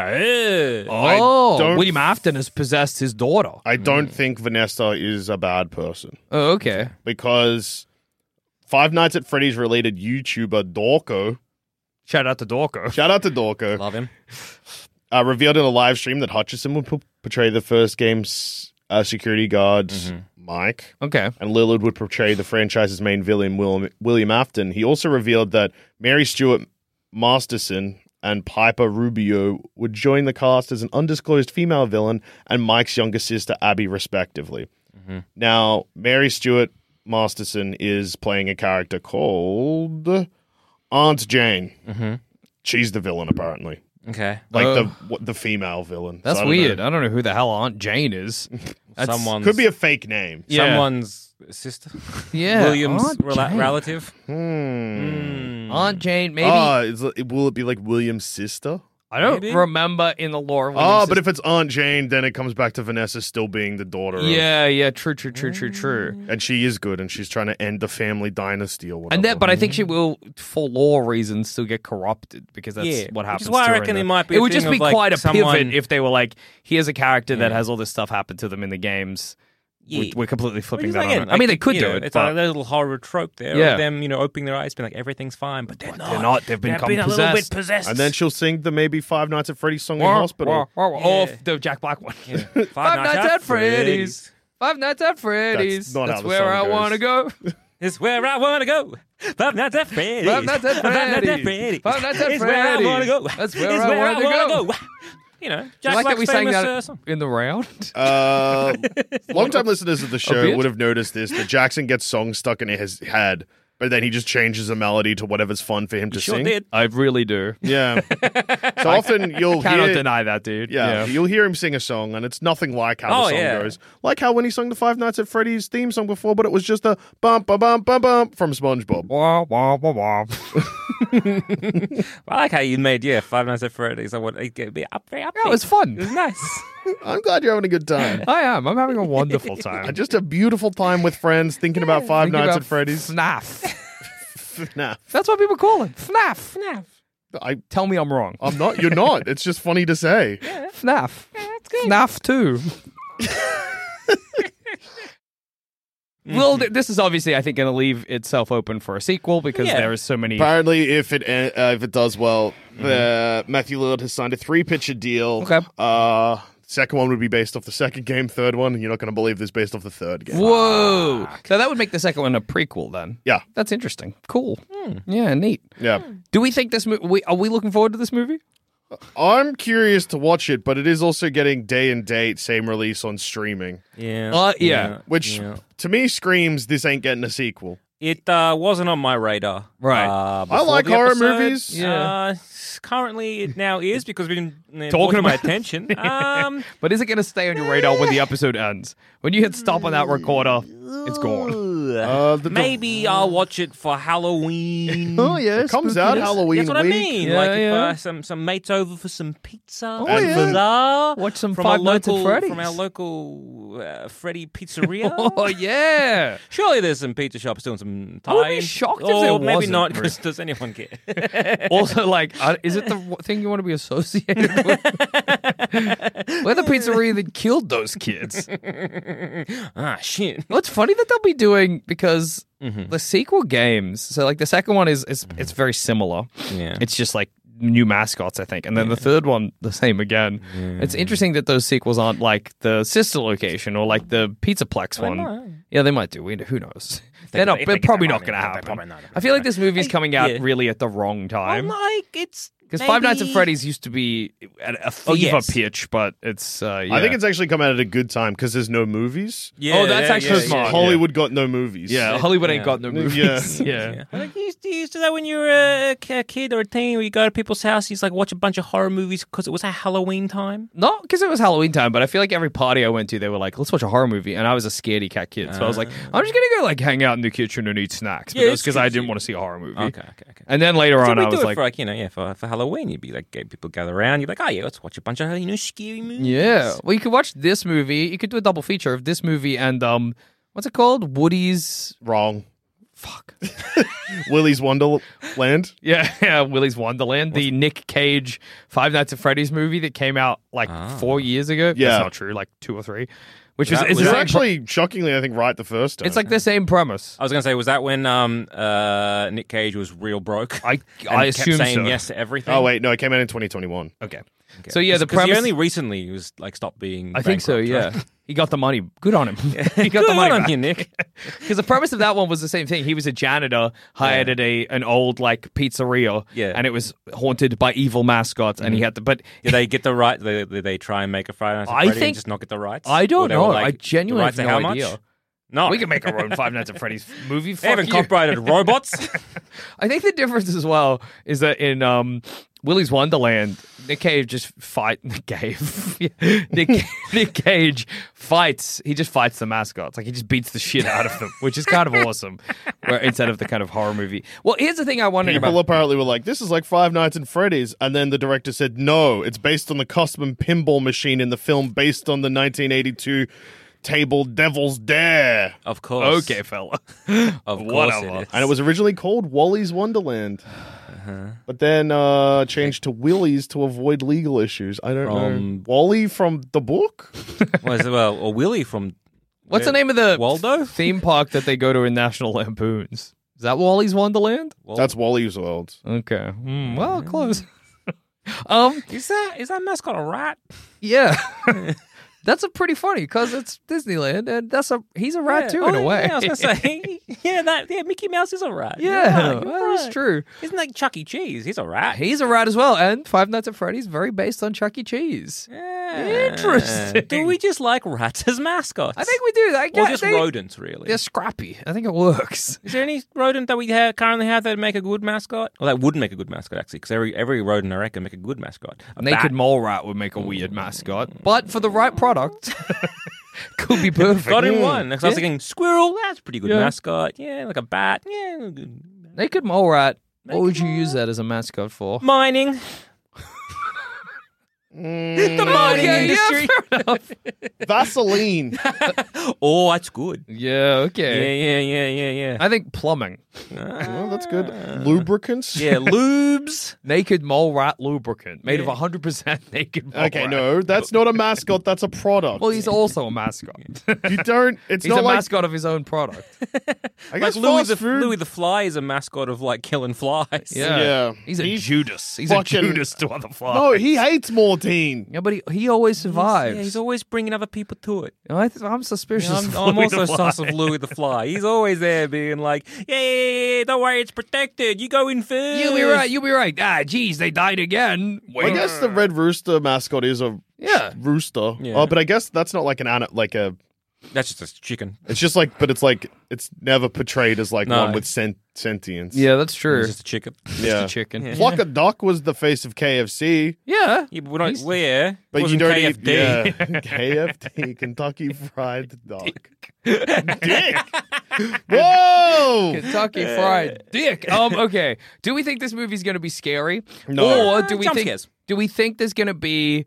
[SPEAKER 3] Oh,
[SPEAKER 4] don't-
[SPEAKER 3] William Afton has possessed his daughter.
[SPEAKER 4] I don't think Vanessa is a bad person
[SPEAKER 3] Oh, okay.
[SPEAKER 4] because Five Nights at Freddy's related YouTuber Dorco,
[SPEAKER 3] Shout out to Dorco.
[SPEAKER 4] shout out to Dorco,
[SPEAKER 5] Love him.
[SPEAKER 4] uh, revealed in a live stream that Hutchison would p- portray the first game's uh, security guard Mike.
[SPEAKER 3] Okay.
[SPEAKER 4] and Lillard would portray the franchise's main villain, William, William Afton. He also revealed that Mary Stuart Masterson and Piper Rubio would join the cast as an undisclosed female villain and Mike's younger sister, Abby, respectively.
[SPEAKER 3] Mm-hmm.
[SPEAKER 4] Now, Mary Stuart Masterson is playing a character called Aunt Jane.
[SPEAKER 3] Mm-hmm.
[SPEAKER 4] She's the villain, apparently.
[SPEAKER 5] Okay.
[SPEAKER 4] Like
[SPEAKER 3] Oh.
[SPEAKER 4] the what, the female villain.
[SPEAKER 3] That's
[SPEAKER 4] So I don't know.
[SPEAKER 3] weird. I don't know who the hell Aunt Jane is. That's,
[SPEAKER 5] someone's
[SPEAKER 4] Could be a fake name.
[SPEAKER 3] Yeah.
[SPEAKER 5] someone's sister.
[SPEAKER 3] Yeah,
[SPEAKER 5] William's
[SPEAKER 3] Aunt
[SPEAKER 5] rela-
[SPEAKER 3] Jane.
[SPEAKER 5] relative.
[SPEAKER 4] Hmm.
[SPEAKER 3] Hmm. Aunt Jane, maybe.
[SPEAKER 4] Ah, is it- will it be like William's sister?
[SPEAKER 3] I don't
[SPEAKER 5] maybe?
[SPEAKER 3] remember in the lore.
[SPEAKER 4] Oh,
[SPEAKER 3] William's
[SPEAKER 4] but if it's Aunt Jane, then it comes back to Vanessa still being the daughter. of-
[SPEAKER 3] Yeah, yeah. True, true, true, true, true.
[SPEAKER 4] and she is good, and she's trying to end the family dynasty or whatever.
[SPEAKER 3] And that, but I think she will, for law reasons, still get corrupted because that's
[SPEAKER 5] Yeah,
[SPEAKER 3] what
[SPEAKER 5] which
[SPEAKER 3] happens.
[SPEAKER 5] is why I
[SPEAKER 3] to her in
[SPEAKER 5] reckon
[SPEAKER 3] the-
[SPEAKER 5] it might be
[SPEAKER 3] It
[SPEAKER 5] a
[SPEAKER 3] would just
[SPEAKER 5] thing
[SPEAKER 3] be
[SPEAKER 5] of, like,
[SPEAKER 3] quite a
[SPEAKER 5] someone-
[SPEAKER 3] pivot if they were like, "Here's a character that has all this stuff happen to them in the games." We're, we're completely flipping
[SPEAKER 5] Which is
[SPEAKER 3] that.
[SPEAKER 5] like,
[SPEAKER 3] on.
[SPEAKER 5] again,
[SPEAKER 3] I mean,
[SPEAKER 5] like,
[SPEAKER 3] they could
[SPEAKER 5] you
[SPEAKER 3] do
[SPEAKER 5] know,
[SPEAKER 3] it.
[SPEAKER 5] It's
[SPEAKER 3] but-
[SPEAKER 5] like a little horror trope there.
[SPEAKER 3] Yeah.
[SPEAKER 5] Of them, you know, opening their eyes, being like everything's fine, but they're not.
[SPEAKER 3] They're not. They've been
[SPEAKER 5] been a little bit
[SPEAKER 3] possessed.
[SPEAKER 5] possessed.
[SPEAKER 4] and then she'll sing the maybe Five Nights at Freddy's song in
[SPEAKER 3] Wah,
[SPEAKER 4] hospital.
[SPEAKER 3] wah, wah, wah. Oh,
[SPEAKER 5] Yeah.
[SPEAKER 3] f- the Jack Black one.
[SPEAKER 5] Five, Nights, at Freddy's.
[SPEAKER 3] Five Nights at Freddy's.
[SPEAKER 4] not how
[SPEAKER 3] That's
[SPEAKER 4] the
[SPEAKER 3] where I
[SPEAKER 4] song
[SPEAKER 3] want to go.
[SPEAKER 5] It's where I want to go. Five Nights at Freddy's.
[SPEAKER 3] Five Nights at
[SPEAKER 5] Five Nights at
[SPEAKER 3] Freddy's.
[SPEAKER 5] Freddy's.
[SPEAKER 3] Five Nights at
[SPEAKER 5] It's where I want
[SPEAKER 3] Freddy's.
[SPEAKER 5] to go.
[SPEAKER 3] That's where
[SPEAKER 5] it's
[SPEAKER 3] I
[SPEAKER 5] where
[SPEAKER 3] wanna
[SPEAKER 5] I
[SPEAKER 3] go.
[SPEAKER 5] want to go. You know, Jack
[SPEAKER 3] like that
[SPEAKER 5] Black's
[SPEAKER 3] we sang
[SPEAKER 5] famous
[SPEAKER 3] that
[SPEAKER 5] uh, song.
[SPEAKER 3] in the round.
[SPEAKER 4] Uh, Um, long-time listeners of the show
[SPEAKER 3] bit?
[SPEAKER 4] would have noticed this. That Jackson gets songs stuck in his head but then he just changes the melody to whatever's fun for him to
[SPEAKER 5] Sure
[SPEAKER 4] sing.
[SPEAKER 5] did.
[SPEAKER 3] I really do.
[SPEAKER 4] Yeah. so often you'll
[SPEAKER 3] Cannot
[SPEAKER 4] hear,
[SPEAKER 3] deny that, dude.
[SPEAKER 4] Yeah, you'll hear him sing a song, and it's nothing like how
[SPEAKER 5] Oh,
[SPEAKER 4] the song
[SPEAKER 5] yeah.
[SPEAKER 4] goes. Like how when he sung the Five Nights at Freddy's theme song before, but it was just a bump, bump, bump, bump, bump from SpongeBob.
[SPEAKER 3] Wah, wah, wah, wah.
[SPEAKER 5] I like how you made yeah Five Nights at Freddy's. I want it to be up, very up.
[SPEAKER 3] Yeah, it was
[SPEAKER 5] It was
[SPEAKER 3] fun.
[SPEAKER 5] nice.
[SPEAKER 4] I'm glad you're having a good time.
[SPEAKER 3] I am. I'm having a wonderful time.
[SPEAKER 4] Just a beautiful time with friends, thinking about Five
[SPEAKER 3] Oh. Thinking
[SPEAKER 4] Nights
[SPEAKER 3] about
[SPEAKER 4] at Freddy's.
[SPEAKER 3] FNAF.
[SPEAKER 4] nah,
[SPEAKER 3] That's what people call it. FNAF. FNAF.
[SPEAKER 4] I,
[SPEAKER 3] Tell me I'm wrong.
[SPEAKER 4] I'm not. You're not. It's just funny to say.
[SPEAKER 3] FNAF. FNAF 2. well, th- this is obviously, I think, going to leave itself open for a sequel because
[SPEAKER 5] Yeah.
[SPEAKER 3] there is so many.
[SPEAKER 4] Apparently, if it uh, if it does well, uh, Matthew Lillard has signed a three picture deal.
[SPEAKER 3] Okay.
[SPEAKER 4] Uh, second one would be based off the second game. Third one, and you're not going to believe this, based off the third game.
[SPEAKER 3] Whoa. So that would make the second one a prequel then.
[SPEAKER 4] Yeah.
[SPEAKER 3] That's interesting. Cool.
[SPEAKER 4] Hmm.
[SPEAKER 3] Yeah, neat.
[SPEAKER 4] Yeah.
[SPEAKER 3] Do we think this movie? We, are we looking forward to this movie?
[SPEAKER 4] I'm curious to watch it, but it is also getting day and date same release on streaming,
[SPEAKER 5] Yeah.
[SPEAKER 3] Uh, yeah.
[SPEAKER 4] which
[SPEAKER 5] Yeah.
[SPEAKER 4] to me screams this ain't getting a sequel.
[SPEAKER 5] It uh, wasn't on my radar.
[SPEAKER 3] Right.
[SPEAKER 5] Uh,
[SPEAKER 4] I like
[SPEAKER 5] before the
[SPEAKER 4] horror
[SPEAKER 5] episode.
[SPEAKER 4] movies.
[SPEAKER 5] Uh, currently, it now is because we've been uh,
[SPEAKER 3] Talking
[SPEAKER 5] talking about my
[SPEAKER 3] about-
[SPEAKER 5] attention. Um,
[SPEAKER 3] But is it going to stay on your radar when the episode ends? When you hit stop on that recorder, it's gone.
[SPEAKER 4] Uh, the,
[SPEAKER 5] maybe I'll watch it for Halloween.
[SPEAKER 4] oh yeah, it comes out Halloween
[SPEAKER 5] That's what
[SPEAKER 4] week.
[SPEAKER 5] I mean.
[SPEAKER 3] Yeah,
[SPEAKER 5] like if
[SPEAKER 3] yeah.
[SPEAKER 5] uh, some some mates over for some pizza, oh,
[SPEAKER 4] yeah.
[SPEAKER 3] Watch some
[SPEAKER 5] from our
[SPEAKER 3] Five Nights at
[SPEAKER 5] local-
[SPEAKER 3] Freddy's.
[SPEAKER 5] from our local uh, Freddy Pizzeria.
[SPEAKER 3] Oh yeah.
[SPEAKER 5] Surely there's some pizza shops doing some Thai.
[SPEAKER 3] I would be shocked if
[SPEAKER 5] or
[SPEAKER 3] there
[SPEAKER 5] maybe
[SPEAKER 3] wasn't,
[SPEAKER 5] not.
[SPEAKER 3] Bruce.
[SPEAKER 5] Because does anyone care?
[SPEAKER 3] also, like, uh, is it the w- thing you want to be associated with? We're the pizzeria that killed those kids. You
[SPEAKER 5] ah, shit.
[SPEAKER 3] know, it's funny that they'll be doing because
[SPEAKER 5] Mm-hmm.
[SPEAKER 3] the sequel games. So, like, the second one is it's, it's very similar.
[SPEAKER 5] Yeah.
[SPEAKER 3] It's just like new mascots, I think, and then the third one the same again. It's interesting that those sequels aren't like the sister location or like the Pizza Plex one. Yeah, they might do. We, who knows? They're not.
[SPEAKER 5] if they
[SPEAKER 3] They're
[SPEAKER 5] get
[SPEAKER 3] probably
[SPEAKER 5] that
[SPEAKER 3] not
[SPEAKER 5] money,
[SPEAKER 3] going to
[SPEAKER 5] they're
[SPEAKER 3] happen.
[SPEAKER 5] probably not.
[SPEAKER 3] I feel like this movie's coming out
[SPEAKER 5] yeah.
[SPEAKER 3] really at the wrong time.
[SPEAKER 5] like it's
[SPEAKER 3] Because Five Nights at
[SPEAKER 5] maybe-
[SPEAKER 3] Freddy's used to be at a fever
[SPEAKER 5] yes.
[SPEAKER 3] Oh, pitch, but it's. Uh, yeah.
[SPEAKER 4] I think it's actually come out at a good time because there's no movies.
[SPEAKER 5] Yeah,
[SPEAKER 3] Oh, that's
[SPEAKER 5] yeah,
[SPEAKER 3] actually
[SPEAKER 5] yeah,
[SPEAKER 4] Because
[SPEAKER 3] smart.
[SPEAKER 5] yeah.
[SPEAKER 4] Hollywood got no movies.
[SPEAKER 3] Yeah, Hollywood ain't
[SPEAKER 5] yeah.
[SPEAKER 3] got no movies. Yeah.
[SPEAKER 5] Yeah. Like you used, to, you used to that when you were a, k- a kid or a teen, where you go to people's house, you used to, like watch a bunch of horror movies because it was a Halloween time.
[SPEAKER 3] Not because it was Halloween time, but I feel like every party I went to, they were like, let's watch a horror movie. And I was a scaredy cat kid. So I was like, I'm just going to go like hang out in the kitchen and eat snacks. But
[SPEAKER 5] Ah. Yeah,
[SPEAKER 3] it was
[SPEAKER 5] it's
[SPEAKER 3] because I
[SPEAKER 5] cute.
[SPEAKER 3] didn't want to see a horror movie.
[SPEAKER 5] Okay, okay, okay.
[SPEAKER 3] And then later
[SPEAKER 5] So
[SPEAKER 3] on,
[SPEAKER 5] we
[SPEAKER 3] I
[SPEAKER 5] do
[SPEAKER 3] was
[SPEAKER 5] it
[SPEAKER 3] like,
[SPEAKER 5] for like you know yeah for, for Halloween you'd be like gay people gather around you'd be like oh yeah let's watch a bunch of you know scary movies
[SPEAKER 3] yeah. Well, you could watch this movie. You could do a double feature of this movie and, um, what's it called? Woody's.
[SPEAKER 4] wrong.
[SPEAKER 3] Fuck.
[SPEAKER 4] Willy's Wonderland.
[SPEAKER 3] Yeah, yeah, Willy's Wonderland, the Nick Cage Five Nights at Freddy's movie that came out like four years ago.
[SPEAKER 4] Yeah.
[SPEAKER 3] that's not true. Like two or three, which is
[SPEAKER 5] Ah. That
[SPEAKER 3] it's,
[SPEAKER 5] was
[SPEAKER 3] the same
[SPEAKER 4] You're
[SPEAKER 3] pre-
[SPEAKER 4] actually shockingly, I think, right the first time.
[SPEAKER 3] it's like the same premise.
[SPEAKER 5] I was gonna say was that when um uh Nick Cage was real broke
[SPEAKER 3] I
[SPEAKER 5] and
[SPEAKER 3] I
[SPEAKER 5] kept
[SPEAKER 3] assume
[SPEAKER 5] saying
[SPEAKER 3] so.
[SPEAKER 5] yes to everything
[SPEAKER 4] oh wait, no, it came out in 2021.
[SPEAKER 3] Okay. so yeah, the
[SPEAKER 5] because he
[SPEAKER 3] premise.
[SPEAKER 5] only recently was like stopped being
[SPEAKER 3] I think so. Yeah,
[SPEAKER 5] bankrupt, right?
[SPEAKER 3] he got the money. Good on him. he got the
[SPEAKER 5] Good
[SPEAKER 3] money
[SPEAKER 5] on
[SPEAKER 3] back.
[SPEAKER 5] you, Nick.
[SPEAKER 3] Because the premise of that one was the same thing. He was a janitor hired at a an old like pizzeria,
[SPEAKER 5] Yeah. Mm-hmm.
[SPEAKER 3] and it was haunted by evil mascots, and he had to. But
[SPEAKER 5] Did they get the right? Did they, did they try and make a Friday Night at
[SPEAKER 3] I
[SPEAKER 5] Freddy
[SPEAKER 3] think-
[SPEAKER 5] and just not get the rights?
[SPEAKER 3] I
[SPEAKER 5] Or
[SPEAKER 3] don't
[SPEAKER 5] they were
[SPEAKER 3] know.
[SPEAKER 5] like,
[SPEAKER 3] I
[SPEAKER 5] "The
[SPEAKER 3] genuinely
[SPEAKER 5] rights
[SPEAKER 3] have
[SPEAKER 5] are
[SPEAKER 3] no
[SPEAKER 5] how much?"
[SPEAKER 3] idea.
[SPEAKER 5] No,
[SPEAKER 3] We can make our own Five Nights at Freddy's movie.
[SPEAKER 5] They haven't
[SPEAKER 3] Fuck you.
[SPEAKER 5] copyrighted robots.
[SPEAKER 3] I think the difference as well is that in um, Willy's Wonderland, Nick Cage just fight Nick Cage. Nick, Nick Cage fights. He just fights the mascots. Like he just beats the shit out of them, which is kind of awesome. Where instead of the kind of horror movie. Well, here's the thing I wondered
[SPEAKER 4] People
[SPEAKER 3] about.
[SPEAKER 4] apparently were like, "This is like Five Nights at Freddy's," and then the director said, "No, it's based on the custom pinball machine in the film, based on the 1982 table Devil's Dare."
[SPEAKER 5] of course.
[SPEAKER 3] Okay, fella.
[SPEAKER 5] Of course
[SPEAKER 3] Whatever.
[SPEAKER 5] it is.
[SPEAKER 4] And it was originally called Wally's Wonderland,
[SPEAKER 3] Uh-huh.
[SPEAKER 4] but then uh, changed to Willy's to avoid legal issues. I don't know.
[SPEAKER 5] From-
[SPEAKER 4] Wally from the book?
[SPEAKER 5] Was well, or Willy from
[SPEAKER 3] What's the name of the
[SPEAKER 5] Waldo?
[SPEAKER 3] theme park that they go to in National Lampoons? Is that Wally's Wonderland?
[SPEAKER 4] That's Wally's World.
[SPEAKER 3] Okay. Hmm, well, close. um.
[SPEAKER 5] Is that is that mascot a rat?
[SPEAKER 3] Yeah. That's a pretty funny because it's Disneyland, and that's a he's a rat too in
[SPEAKER 5] Oh,
[SPEAKER 3] a way.
[SPEAKER 5] Yeah, I was gonna say, yeah, that yeah, Mickey Mouse is a rat. You're
[SPEAKER 3] Yeah,
[SPEAKER 5] right, you're
[SPEAKER 3] that is
[SPEAKER 5] right.
[SPEAKER 3] true.
[SPEAKER 5] Isn't like Chuck E. Cheese? He's a rat.
[SPEAKER 3] He's a rat as well, and Five Nights at Freddy's very based on Chuck E. Cheese.
[SPEAKER 5] Yeah.
[SPEAKER 3] Interesting.
[SPEAKER 5] Do we just like rats as mascots?
[SPEAKER 3] I think we do. I
[SPEAKER 5] Or
[SPEAKER 3] guess
[SPEAKER 5] just
[SPEAKER 3] they,
[SPEAKER 5] rodents, really.
[SPEAKER 3] They're scrappy. I think it works.
[SPEAKER 5] Is there any rodent that we ha- currently have that make a good mascot? Well, that would make a good mascot actually, because every every rodent I reckon make a good mascot. A
[SPEAKER 3] Naked
[SPEAKER 5] bat.
[SPEAKER 3] mole rat would make a weird mascot, but for the right product, could be perfect. Mm.
[SPEAKER 5] Got him one. 'Cause I was
[SPEAKER 3] Hmm. Yeah.
[SPEAKER 5] thinking squirrel. That's a pretty good
[SPEAKER 3] Yeah.
[SPEAKER 5] mascot. Yeah, like a bat. Yeah, good.
[SPEAKER 3] Naked mole rat.
[SPEAKER 5] Naked
[SPEAKER 3] what would you
[SPEAKER 5] mole
[SPEAKER 3] use that as a mascot for?
[SPEAKER 5] mining. the mining
[SPEAKER 3] Okay, Mm. yeah,
[SPEAKER 5] industry.
[SPEAKER 4] Vaseline.
[SPEAKER 5] Oh, that's good.
[SPEAKER 3] Yeah.
[SPEAKER 5] Yeah,
[SPEAKER 3] Okay.
[SPEAKER 5] yeah, yeah, yeah, yeah.
[SPEAKER 3] I think plumbing.
[SPEAKER 4] oh, that's good. Lubricants.
[SPEAKER 5] Yeah, lubes.
[SPEAKER 3] Naked mole rat lubricant made of 100% naked mole
[SPEAKER 4] Okay,
[SPEAKER 3] rat.
[SPEAKER 4] no, that's not a mascot. That's a product.
[SPEAKER 3] Well, he's also a mascot.
[SPEAKER 4] you don't. It's
[SPEAKER 3] he's
[SPEAKER 4] not
[SPEAKER 3] a
[SPEAKER 4] like
[SPEAKER 3] mascot of his own product.
[SPEAKER 4] I
[SPEAKER 5] Like
[SPEAKER 4] guess
[SPEAKER 5] Louis
[SPEAKER 4] fast
[SPEAKER 5] the
[SPEAKER 4] food.
[SPEAKER 5] Louis the Fly is a mascot of like killing flies.
[SPEAKER 4] Yeah.
[SPEAKER 3] He's a
[SPEAKER 4] He's
[SPEAKER 3] Judas. He's
[SPEAKER 4] fucking-
[SPEAKER 3] a Judas to other flies.
[SPEAKER 4] no, he hates Mortine.
[SPEAKER 3] Yeah, but he, he always survives.
[SPEAKER 5] Yeah, he's always bringing other people to it.
[SPEAKER 3] I th- I'm suspicious.
[SPEAKER 5] I'm,
[SPEAKER 3] of
[SPEAKER 5] I'm
[SPEAKER 3] Louis the
[SPEAKER 5] also
[SPEAKER 3] Fly.
[SPEAKER 5] sus of Louis the Fly. He's always there being like, yeah, yeah, yeah, yeah, don't worry, it's protected. You go in first.
[SPEAKER 3] You'll be right. You'll be right. Ah, geez, they died again.
[SPEAKER 4] I
[SPEAKER 3] Wait.
[SPEAKER 4] guess the red rooster mascot is a
[SPEAKER 3] Yeah.
[SPEAKER 4] rooster.
[SPEAKER 5] Yeah.
[SPEAKER 4] Oh, but I guess that's not like an ana- like a.
[SPEAKER 5] That's just a chicken.
[SPEAKER 4] It's just like, but it's like it's never portrayed as like
[SPEAKER 5] No.
[SPEAKER 4] one with sent- sentience.
[SPEAKER 3] Yeah, that's true.
[SPEAKER 5] It's just a chicken.
[SPEAKER 4] yeah.
[SPEAKER 3] chicken. Yeah.
[SPEAKER 4] Flock of Doc was the face of KFC,
[SPEAKER 5] Yeah, but we're not,
[SPEAKER 3] He's-
[SPEAKER 5] well, yeah.
[SPEAKER 4] but
[SPEAKER 5] it
[SPEAKER 4] you
[SPEAKER 5] wasn't
[SPEAKER 4] don't
[SPEAKER 5] KFD.
[SPEAKER 4] eat yeah. KFD Kentucky Fried Doc. Dick. Whoa.
[SPEAKER 3] Kentucky Fried Dick. Um. Okay. Do we think this movie's going to be scary?
[SPEAKER 4] No.
[SPEAKER 3] Or do we
[SPEAKER 5] Uh, Jump
[SPEAKER 3] think
[SPEAKER 5] scares.
[SPEAKER 3] do we think there's going to be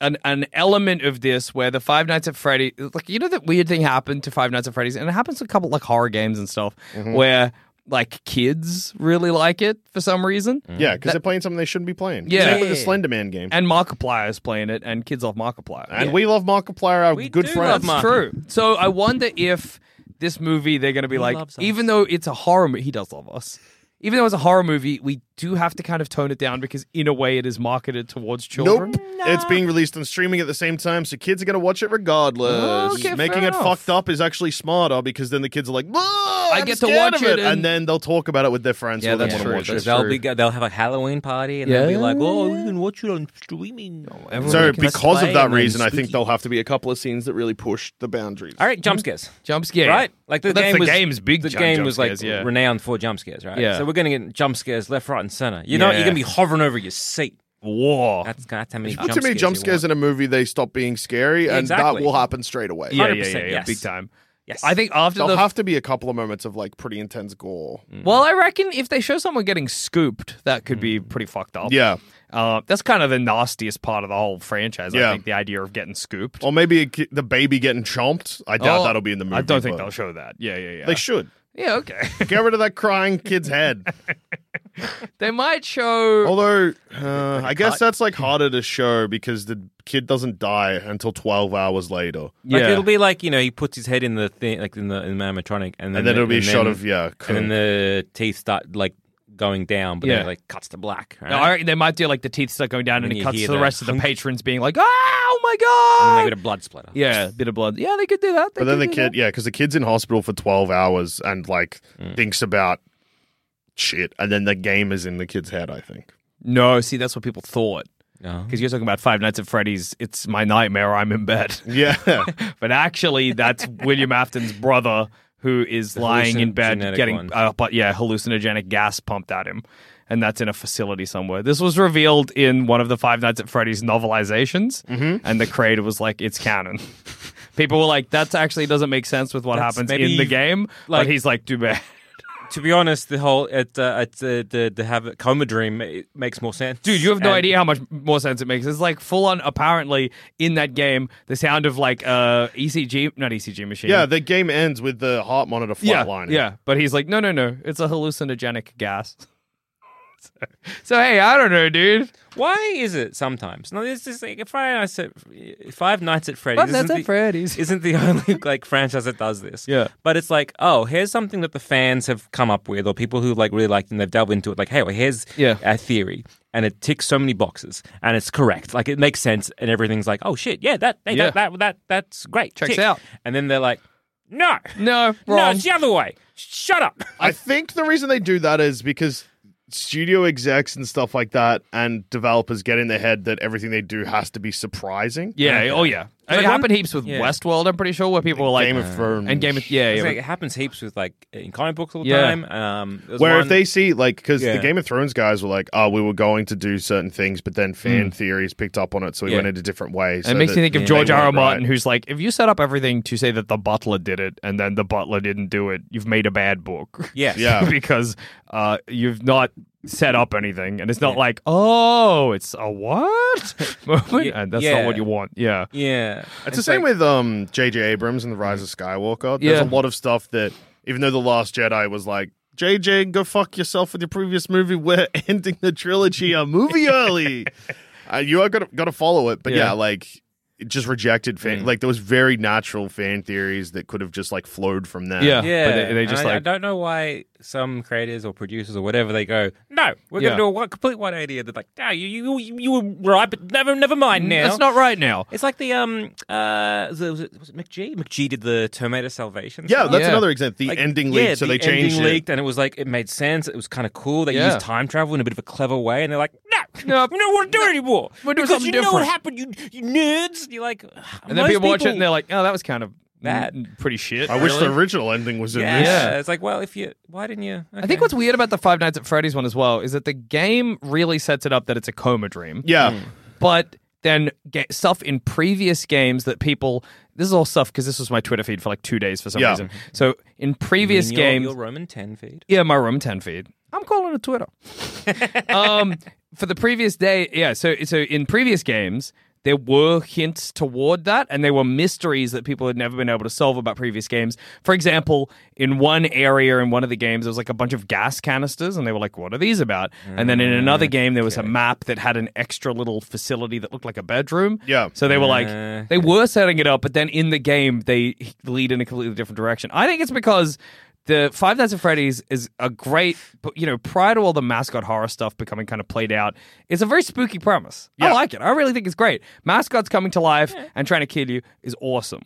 [SPEAKER 3] an an element of this where the Five Nights at Freddy, like you know that weird thing happened to Five Nights at Freddy's, and it happens to a couple like horror games and stuff
[SPEAKER 4] Mm-hmm.
[SPEAKER 3] where like kids really like it for some reason.
[SPEAKER 4] Yeah, because they're playing something they shouldn't be playing.
[SPEAKER 3] Yeah.
[SPEAKER 4] It's like with the Slender Man game.
[SPEAKER 3] And Markiplier's playing it, and kids love Markiplier.
[SPEAKER 4] And we love Markiplier, our
[SPEAKER 5] We
[SPEAKER 4] good
[SPEAKER 5] do
[SPEAKER 4] friend.
[SPEAKER 5] love Mark.
[SPEAKER 3] True. So I wonder if this movie they're going to be like,
[SPEAKER 5] loves us.
[SPEAKER 3] even though it's a horror movie, he does love us. Even though it's a horror movie, we do have to kind of tone it down because, in a way, it is marketed towards children.
[SPEAKER 4] Nope. It's being released on streaming at the same time, so kids are going to watch it regardless.
[SPEAKER 3] Okay, fair
[SPEAKER 4] Making it
[SPEAKER 3] enough.
[SPEAKER 4] fucked up is actually smarter because then the kids are like, I
[SPEAKER 3] get to watch it
[SPEAKER 4] And...
[SPEAKER 3] and-
[SPEAKER 4] then they'll talk about it with their friends.
[SPEAKER 3] Yeah,
[SPEAKER 4] who
[SPEAKER 3] that's
[SPEAKER 4] want
[SPEAKER 3] true,
[SPEAKER 4] To watch
[SPEAKER 3] that's
[SPEAKER 4] it.
[SPEAKER 3] true.
[SPEAKER 5] They'll, be, they'll have a Halloween party and they'll be
[SPEAKER 3] Yeah.
[SPEAKER 5] like, oh, we can watch it on streaming.
[SPEAKER 4] So, because of that reason, I think
[SPEAKER 5] they'll.
[SPEAKER 4] there'll have to be a couple of scenes that really push the boundaries.
[SPEAKER 5] All right, jump scares.
[SPEAKER 3] Jump scare.
[SPEAKER 5] Right? Like the
[SPEAKER 3] Well, that's
[SPEAKER 5] game
[SPEAKER 3] the
[SPEAKER 5] was
[SPEAKER 3] game's big
[SPEAKER 5] The
[SPEAKER 3] jump-
[SPEAKER 5] game
[SPEAKER 3] jump
[SPEAKER 5] was like
[SPEAKER 3] scares, yeah.
[SPEAKER 5] renowned for jump scares, right?
[SPEAKER 3] Yeah.
[SPEAKER 5] So we're gonna get jump scares left, right, and center. You know, you're
[SPEAKER 3] Yeah.
[SPEAKER 5] gonna be hovering over your seat.
[SPEAKER 3] War.
[SPEAKER 5] That's that's how many
[SPEAKER 4] Put
[SPEAKER 5] jump
[SPEAKER 4] too many
[SPEAKER 5] scares
[SPEAKER 4] jump
[SPEAKER 5] you
[SPEAKER 4] scares
[SPEAKER 5] want.
[SPEAKER 4] in a movie, they stop being scary, and
[SPEAKER 5] Exactly.
[SPEAKER 4] that will happen straight away.
[SPEAKER 3] Yeah, yeah, yeah,
[SPEAKER 5] 100%,
[SPEAKER 3] yeah,
[SPEAKER 5] yes.
[SPEAKER 3] Big time.
[SPEAKER 5] Yes.
[SPEAKER 3] I think after
[SPEAKER 4] There'll
[SPEAKER 3] the. Mm.
[SPEAKER 4] have to be a couple of moments of like pretty intense gore.
[SPEAKER 3] well, I reckon if they show someone getting scooped, that could be pretty fucked up.
[SPEAKER 4] Hmm. Yeah.
[SPEAKER 3] Uh, that's kind of the nastiest part of the whole franchise,
[SPEAKER 4] Yeah.
[SPEAKER 3] I think, the idea of getting scooped.
[SPEAKER 4] Or maybe a ki- the baby getting chomped. I doubt
[SPEAKER 3] Oh,
[SPEAKER 4] that'll be in the movie.
[SPEAKER 3] I don't think
[SPEAKER 4] but
[SPEAKER 3] they'll show that. Yeah, yeah, yeah.
[SPEAKER 4] They should.
[SPEAKER 3] yeah, okay.
[SPEAKER 4] Get rid of that crying kid's head.
[SPEAKER 3] they might show.
[SPEAKER 5] Oh,
[SPEAKER 4] Although uh, I guess that's like harder to show because the kid doesn't die until twelve hours later,
[SPEAKER 5] Like,
[SPEAKER 3] Yeah.
[SPEAKER 5] it'll be like you know he puts his head in the thing, like in the in the animatronic, and then
[SPEAKER 4] and then it'll be a
[SPEAKER 5] and
[SPEAKER 4] shot
[SPEAKER 5] then-
[SPEAKER 4] of yeah.
[SPEAKER 5] and then the teeth start like going down, but then
[SPEAKER 3] Yeah.
[SPEAKER 5] it, like cuts to black. Right?
[SPEAKER 3] No, I reckon they might do like the teeth start going down, and,
[SPEAKER 5] And
[SPEAKER 3] it
[SPEAKER 5] you
[SPEAKER 3] cuts
[SPEAKER 5] hear
[SPEAKER 3] to the
[SPEAKER 5] the
[SPEAKER 3] rest of the
[SPEAKER 5] hunk.
[SPEAKER 3] patrons being like, "Oh
[SPEAKER 5] and
[SPEAKER 3] my
[SPEAKER 5] they
[SPEAKER 3] god!"
[SPEAKER 5] get a blood splatter.
[SPEAKER 3] yeah, a bit of blood. Yeah, they could do that. They
[SPEAKER 4] but then
[SPEAKER 3] could
[SPEAKER 4] the
[SPEAKER 3] do
[SPEAKER 4] kid,
[SPEAKER 3] that.
[SPEAKER 4] yeah, because the kid's in hospital for twelve hours and like thinks about shit, and then the game is in the kid's head. I think.
[SPEAKER 5] e-,
[SPEAKER 3] No, see, that's what people thought.
[SPEAKER 5] No.
[SPEAKER 3] Because you're talking about Five Nights at Freddy's. It's my nightmare. I'm in bed.
[SPEAKER 4] Yeah,
[SPEAKER 3] but actually, that's William Afton's brother who is lying in bed
[SPEAKER 5] hallucinogenic one.
[SPEAKER 3] getting, uh, but yeah, hallucinogenic gas pumped at him, and that's in a facility somewhere. This was revealed in one of the Five Nights at Freddy's novelizations, and the creator was like, "It's canon." People were like, "That actually doesn't make sense with what
[SPEAKER 5] That's
[SPEAKER 3] happens
[SPEAKER 5] maybe
[SPEAKER 3] in the game," but
[SPEAKER 5] like-
[SPEAKER 3] he's like, "Too bad."
[SPEAKER 5] To be honest, the whole it uh, it, uh, the the have a coma dream it makes more sense.
[SPEAKER 3] Dude, you have no
[SPEAKER 5] And-
[SPEAKER 3] idea how much more sense it makes. It's like full on. Apparently, in that game, the sound of like uh ECG, not ECG machine.
[SPEAKER 4] yeah. The game ends with the heart monitor flatlining.
[SPEAKER 3] Yeah, yeah, but he's like, no, no, no, it's a hallucinogenic gas. So hey, I don't know, dude.
[SPEAKER 5] Why is it sometimes? No, it's just like Five Nights at Five Nights at Freddy's.
[SPEAKER 3] Five Nights
[SPEAKER 5] isn't
[SPEAKER 3] at
[SPEAKER 5] the-
[SPEAKER 3] Freddy's.
[SPEAKER 5] isn't the only like franchise that does this.
[SPEAKER 3] Yeah.
[SPEAKER 5] but it's like, oh, here's something that the fans have come up with, or people who like really liked and they've delved into it. Like, hey, well, here's
[SPEAKER 3] Yeah.
[SPEAKER 5] a theory, and it ticks so many boxes, and it's correct. Like, it makes sense, and everything's like, oh shit, yeah, that hey,
[SPEAKER 3] Yeah.
[SPEAKER 5] That, that that that's great.
[SPEAKER 3] Checks
[SPEAKER 5] tick.
[SPEAKER 3] out.
[SPEAKER 5] and then they're like, no,
[SPEAKER 3] No,
[SPEAKER 5] no,
[SPEAKER 3] wrong.
[SPEAKER 5] it's the other way. Shut up.
[SPEAKER 4] I think the reason they do that is because studio execs and stuff like that and developers get in their head that everything they do has to be surprising.
[SPEAKER 3] Yeah. Oh yeah. It
[SPEAKER 5] Like one-
[SPEAKER 3] happened heaps with
[SPEAKER 5] Yeah.
[SPEAKER 3] Westworld. I'm pretty sure where people were like
[SPEAKER 4] Game of Thrones.
[SPEAKER 3] and Game of yeah. yeah
[SPEAKER 5] It's like, it happens heaps with like in comic books all the
[SPEAKER 3] Yeah.
[SPEAKER 5] time. Um, there's
[SPEAKER 4] Where
[SPEAKER 5] one-
[SPEAKER 4] if they see like because
[SPEAKER 5] Yeah.
[SPEAKER 4] the Game of Thrones guys were like, oh, we were going to do certain things, but then fan theories picked up on it, so we
[SPEAKER 5] Yeah.
[SPEAKER 4] went in a different way. so
[SPEAKER 3] Hmm. it makes
[SPEAKER 4] that
[SPEAKER 3] me think of
[SPEAKER 4] they
[SPEAKER 3] George R. R.
[SPEAKER 4] weren't
[SPEAKER 3] Martin,
[SPEAKER 4] right.
[SPEAKER 3] who's like, if you set up everything to say that the butler did it and then the butler didn't do it, you've made a bad book.
[SPEAKER 5] Yes.
[SPEAKER 4] Yeah.
[SPEAKER 3] because uh, you've not set up anything. And it's not like, oh, it's a what? moment.
[SPEAKER 5] Yeah,
[SPEAKER 3] and that's
[SPEAKER 5] yeah.
[SPEAKER 3] not what you want. Yeah.
[SPEAKER 5] yeah,
[SPEAKER 4] It's the same
[SPEAKER 5] like-
[SPEAKER 4] with um J.J. Abrams and the Rise of Skywalker.
[SPEAKER 3] Yeah.
[SPEAKER 4] There's a lot of stuff that, even though the Last Jedi was like. JJ, go fuck yourself with your previous movie. We're ending the trilogy a movie early. uh, you are gonna gotta follow it, but yeah,
[SPEAKER 3] Yeah. Hmm.
[SPEAKER 4] like it just rejected fan. Like there was very natural fan theories that could have just like flowed from there.
[SPEAKER 3] Yeah.
[SPEAKER 5] Yeah,
[SPEAKER 3] But they, they
[SPEAKER 5] and
[SPEAKER 3] just
[SPEAKER 5] I, I
[SPEAKER 3] like,
[SPEAKER 5] don't know why some creators or producers or whatever they go. No, we're
[SPEAKER 3] Yeah.
[SPEAKER 5] going to do a one- complete 180. They're like, no, you you you, you were right, but never never mind now.
[SPEAKER 3] that's not right now.
[SPEAKER 5] It's like the um uh was it, was it, was it McG? McG did the Terminator Salvation.
[SPEAKER 4] yeah,
[SPEAKER 5] stuff.
[SPEAKER 4] that's
[SPEAKER 3] Yeah.
[SPEAKER 4] another example. The
[SPEAKER 5] Like,
[SPEAKER 4] ending
[SPEAKER 5] yeah,
[SPEAKER 4] leaked, so
[SPEAKER 5] the
[SPEAKER 4] they changed
[SPEAKER 5] ending
[SPEAKER 4] it.
[SPEAKER 5] leaked, and it was like it made sense. It was kind of cool. They
[SPEAKER 3] Yeah.
[SPEAKER 5] used time travel in a bit of a clever way, and they're like, no,
[SPEAKER 3] No,
[SPEAKER 5] we don't want to do it anymore.
[SPEAKER 3] we're doing
[SPEAKER 5] because
[SPEAKER 3] something
[SPEAKER 5] you know what
[SPEAKER 3] different."
[SPEAKER 5] happened, you you nerds. And you're like,
[SPEAKER 3] And then
[SPEAKER 5] most
[SPEAKER 3] people watch it and
[SPEAKER 5] people-
[SPEAKER 3] they're like, oh, that was kind of
[SPEAKER 5] That-
[SPEAKER 3] that pretty shit.
[SPEAKER 4] I wish
[SPEAKER 3] really.
[SPEAKER 4] the original ending was in
[SPEAKER 5] yeah.
[SPEAKER 4] this.
[SPEAKER 3] Yeah.
[SPEAKER 5] It's like, well, if you why didn't you?
[SPEAKER 3] I think what's weird about the Five Nights at Freddy's one as well is that the game really sets it up that it's a coma dream.
[SPEAKER 4] Yeah,
[SPEAKER 3] but then get stuff in previous games that people this is all stuff because this was my twitter feed for like two days for some
[SPEAKER 4] Yeah.
[SPEAKER 3] reason so in previous
[SPEAKER 5] in your,
[SPEAKER 3] games
[SPEAKER 5] your Roman ten feed.
[SPEAKER 3] yeah my room 10 feed i'm calling it twitter um for the previous day yeah so so in previous games there were hints toward that and there were mysteries that people had never been able to solve about previous games for example in one area in one of the games there was like a bunch of gas canisters and they were like what are these about and then in another game there was a map that had an extra little facility that looked like a bedroom
[SPEAKER 4] Yeah.
[SPEAKER 3] so they were like they were setting it up but then in the game they lead in a completely different direction i think it's because the Five Nights at Freddy's is a great, but, you know, prior to all the mascot horror stuff becoming kind of played out, it's a very spooky premise. I
[SPEAKER 4] Yeah.
[SPEAKER 3] like it. I really think it's great. Mascots coming to life and trying to kill you is awesome.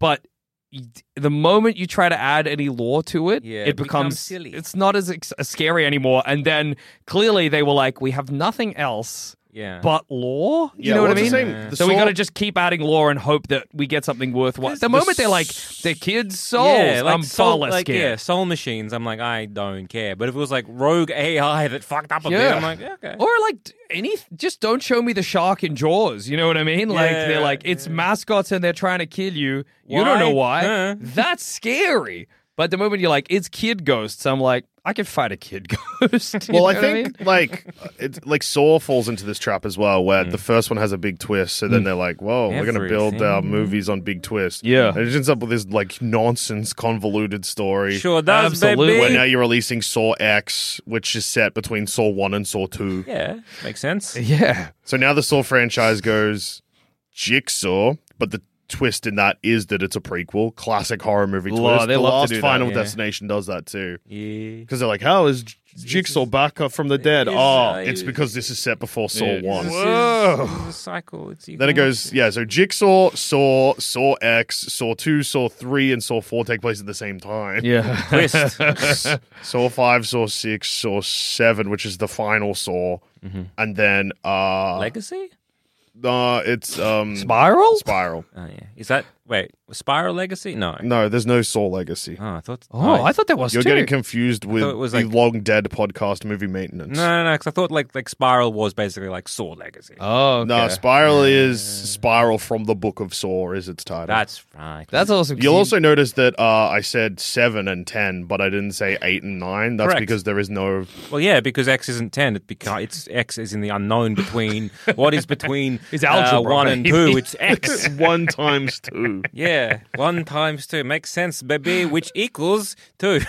[SPEAKER 3] But y- the moment you try to add any lore to it,
[SPEAKER 5] Yeah,
[SPEAKER 3] it
[SPEAKER 5] it becomes
[SPEAKER 3] becomes
[SPEAKER 5] silly.
[SPEAKER 3] It's not as ex- as scary anymore. And then clearly they were like, we have nothing else
[SPEAKER 5] Yeah.
[SPEAKER 3] but lore. You
[SPEAKER 4] Uh-huh. Yeah,
[SPEAKER 3] know what I
[SPEAKER 4] well,
[SPEAKER 3] mean?
[SPEAKER 4] it's the same- the
[SPEAKER 3] so we
[SPEAKER 4] Saw-
[SPEAKER 3] got to just keep adding lore and hope that we get something worthwhile. The moment they're like, the kids' souls,
[SPEAKER 5] yeah, like
[SPEAKER 3] I'm far
[SPEAKER 5] soul,
[SPEAKER 3] less
[SPEAKER 5] like,
[SPEAKER 3] scared.
[SPEAKER 5] yeah, soul machines. I'm like, I don't care. But if it was like rogue AI that fucked up a bit, I'm like, yeah, okay.
[SPEAKER 3] Or like d- any, just don't show me the shark in Jaws. You know what I mean? Like
[SPEAKER 5] Yeah,
[SPEAKER 3] they're like it's mascots and they're trying to kill you. You
[SPEAKER 5] Why?
[SPEAKER 3] don't know why.
[SPEAKER 5] Uh.
[SPEAKER 3] That's scary. But the moment you're like it's kid ghosts, I'm like I can fight a kid ghost. You
[SPEAKER 4] well, I
[SPEAKER 3] know what
[SPEAKER 4] think
[SPEAKER 3] mean?
[SPEAKER 4] like it, like Saw falls into this trap as well, where
[SPEAKER 3] Mm.
[SPEAKER 4] the first one has a big twist, so then they're like, "Whoa, we're going to build our
[SPEAKER 5] Everything.
[SPEAKER 4] movies on big twist."
[SPEAKER 3] Yeah.
[SPEAKER 4] and it ends up with this like nonsense convoluted story.
[SPEAKER 5] sure does,
[SPEAKER 3] Absolutely.
[SPEAKER 4] Where
[SPEAKER 5] baby.
[SPEAKER 4] now you're releasing Saw X, which is set between Saw One and Saw Two.
[SPEAKER 5] yeah, makes sense.
[SPEAKER 3] yeah,
[SPEAKER 4] So now the Saw franchise goes Jigsaw, but the twist in that is that it's a prequel, classic horror movie twist.
[SPEAKER 3] Lord, they
[SPEAKER 4] the
[SPEAKER 3] love to
[SPEAKER 4] last
[SPEAKER 3] do that,
[SPEAKER 4] Final
[SPEAKER 5] yeah.
[SPEAKER 4] Destination does that too.
[SPEAKER 5] Yeah.
[SPEAKER 4] Because they're like, how is J- Jigsaw back up from the dead?
[SPEAKER 5] It's,
[SPEAKER 4] Oh,
[SPEAKER 5] uh,
[SPEAKER 4] it's because this is set before Saw
[SPEAKER 3] Yeah.
[SPEAKER 4] 1.
[SPEAKER 5] This is- this is a cycle. It's, you
[SPEAKER 4] Then it
[SPEAKER 5] can watch
[SPEAKER 4] goes, yeah, so Jigsaw, Saw, Saw X, Saw 2, Saw 3, and Saw 4 take place at the same time.
[SPEAKER 3] yeah.
[SPEAKER 5] twist.
[SPEAKER 4] Saw 5, Saw 6, Saw 7, which is the final Saw.
[SPEAKER 5] Mm-hmm.
[SPEAKER 4] And then uh,
[SPEAKER 5] Legacy?
[SPEAKER 4] uh it's um
[SPEAKER 3] Spiral.
[SPEAKER 4] Spiral.
[SPEAKER 5] Oh yeah. Is that wait? Spiral Legacy? No.
[SPEAKER 4] No, there's no Saw Legacy.
[SPEAKER 5] Oh, I thought.
[SPEAKER 3] Oh, I thought that was
[SPEAKER 4] You're
[SPEAKER 3] too.
[SPEAKER 4] getting confused with
[SPEAKER 5] thought it was
[SPEAKER 4] the
[SPEAKER 5] like-
[SPEAKER 4] long dead podcast movie maintenance.
[SPEAKER 5] No, no, no. Because I thought like like Spiral was basically like Saw Legacy.
[SPEAKER 3] oh, okay.
[SPEAKER 4] No, Spiral is Spiral from the Book of Saw is its title.
[SPEAKER 5] That's right.
[SPEAKER 3] that's awesome. 'cause
[SPEAKER 4] You'll
[SPEAKER 3] you-
[SPEAKER 4] also notice that uh, I said seven and ten, but I didn't say eight and nine. That's
[SPEAKER 5] Correct.
[SPEAKER 4] because there is no.
[SPEAKER 5] Well, yeah, because X isn't ten. It beca- it's X is in the unknown between what is between
[SPEAKER 3] It's
[SPEAKER 5] uh,
[SPEAKER 3] algebra,
[SPEAKER 5] one and
[SPEAKER 3] maybe.
[SPEAKER 5] two. It's X.
[SPEAKER 4] one times two.
[SPEAKER 5] Yeah, one times two makes sense, baby, which equals two.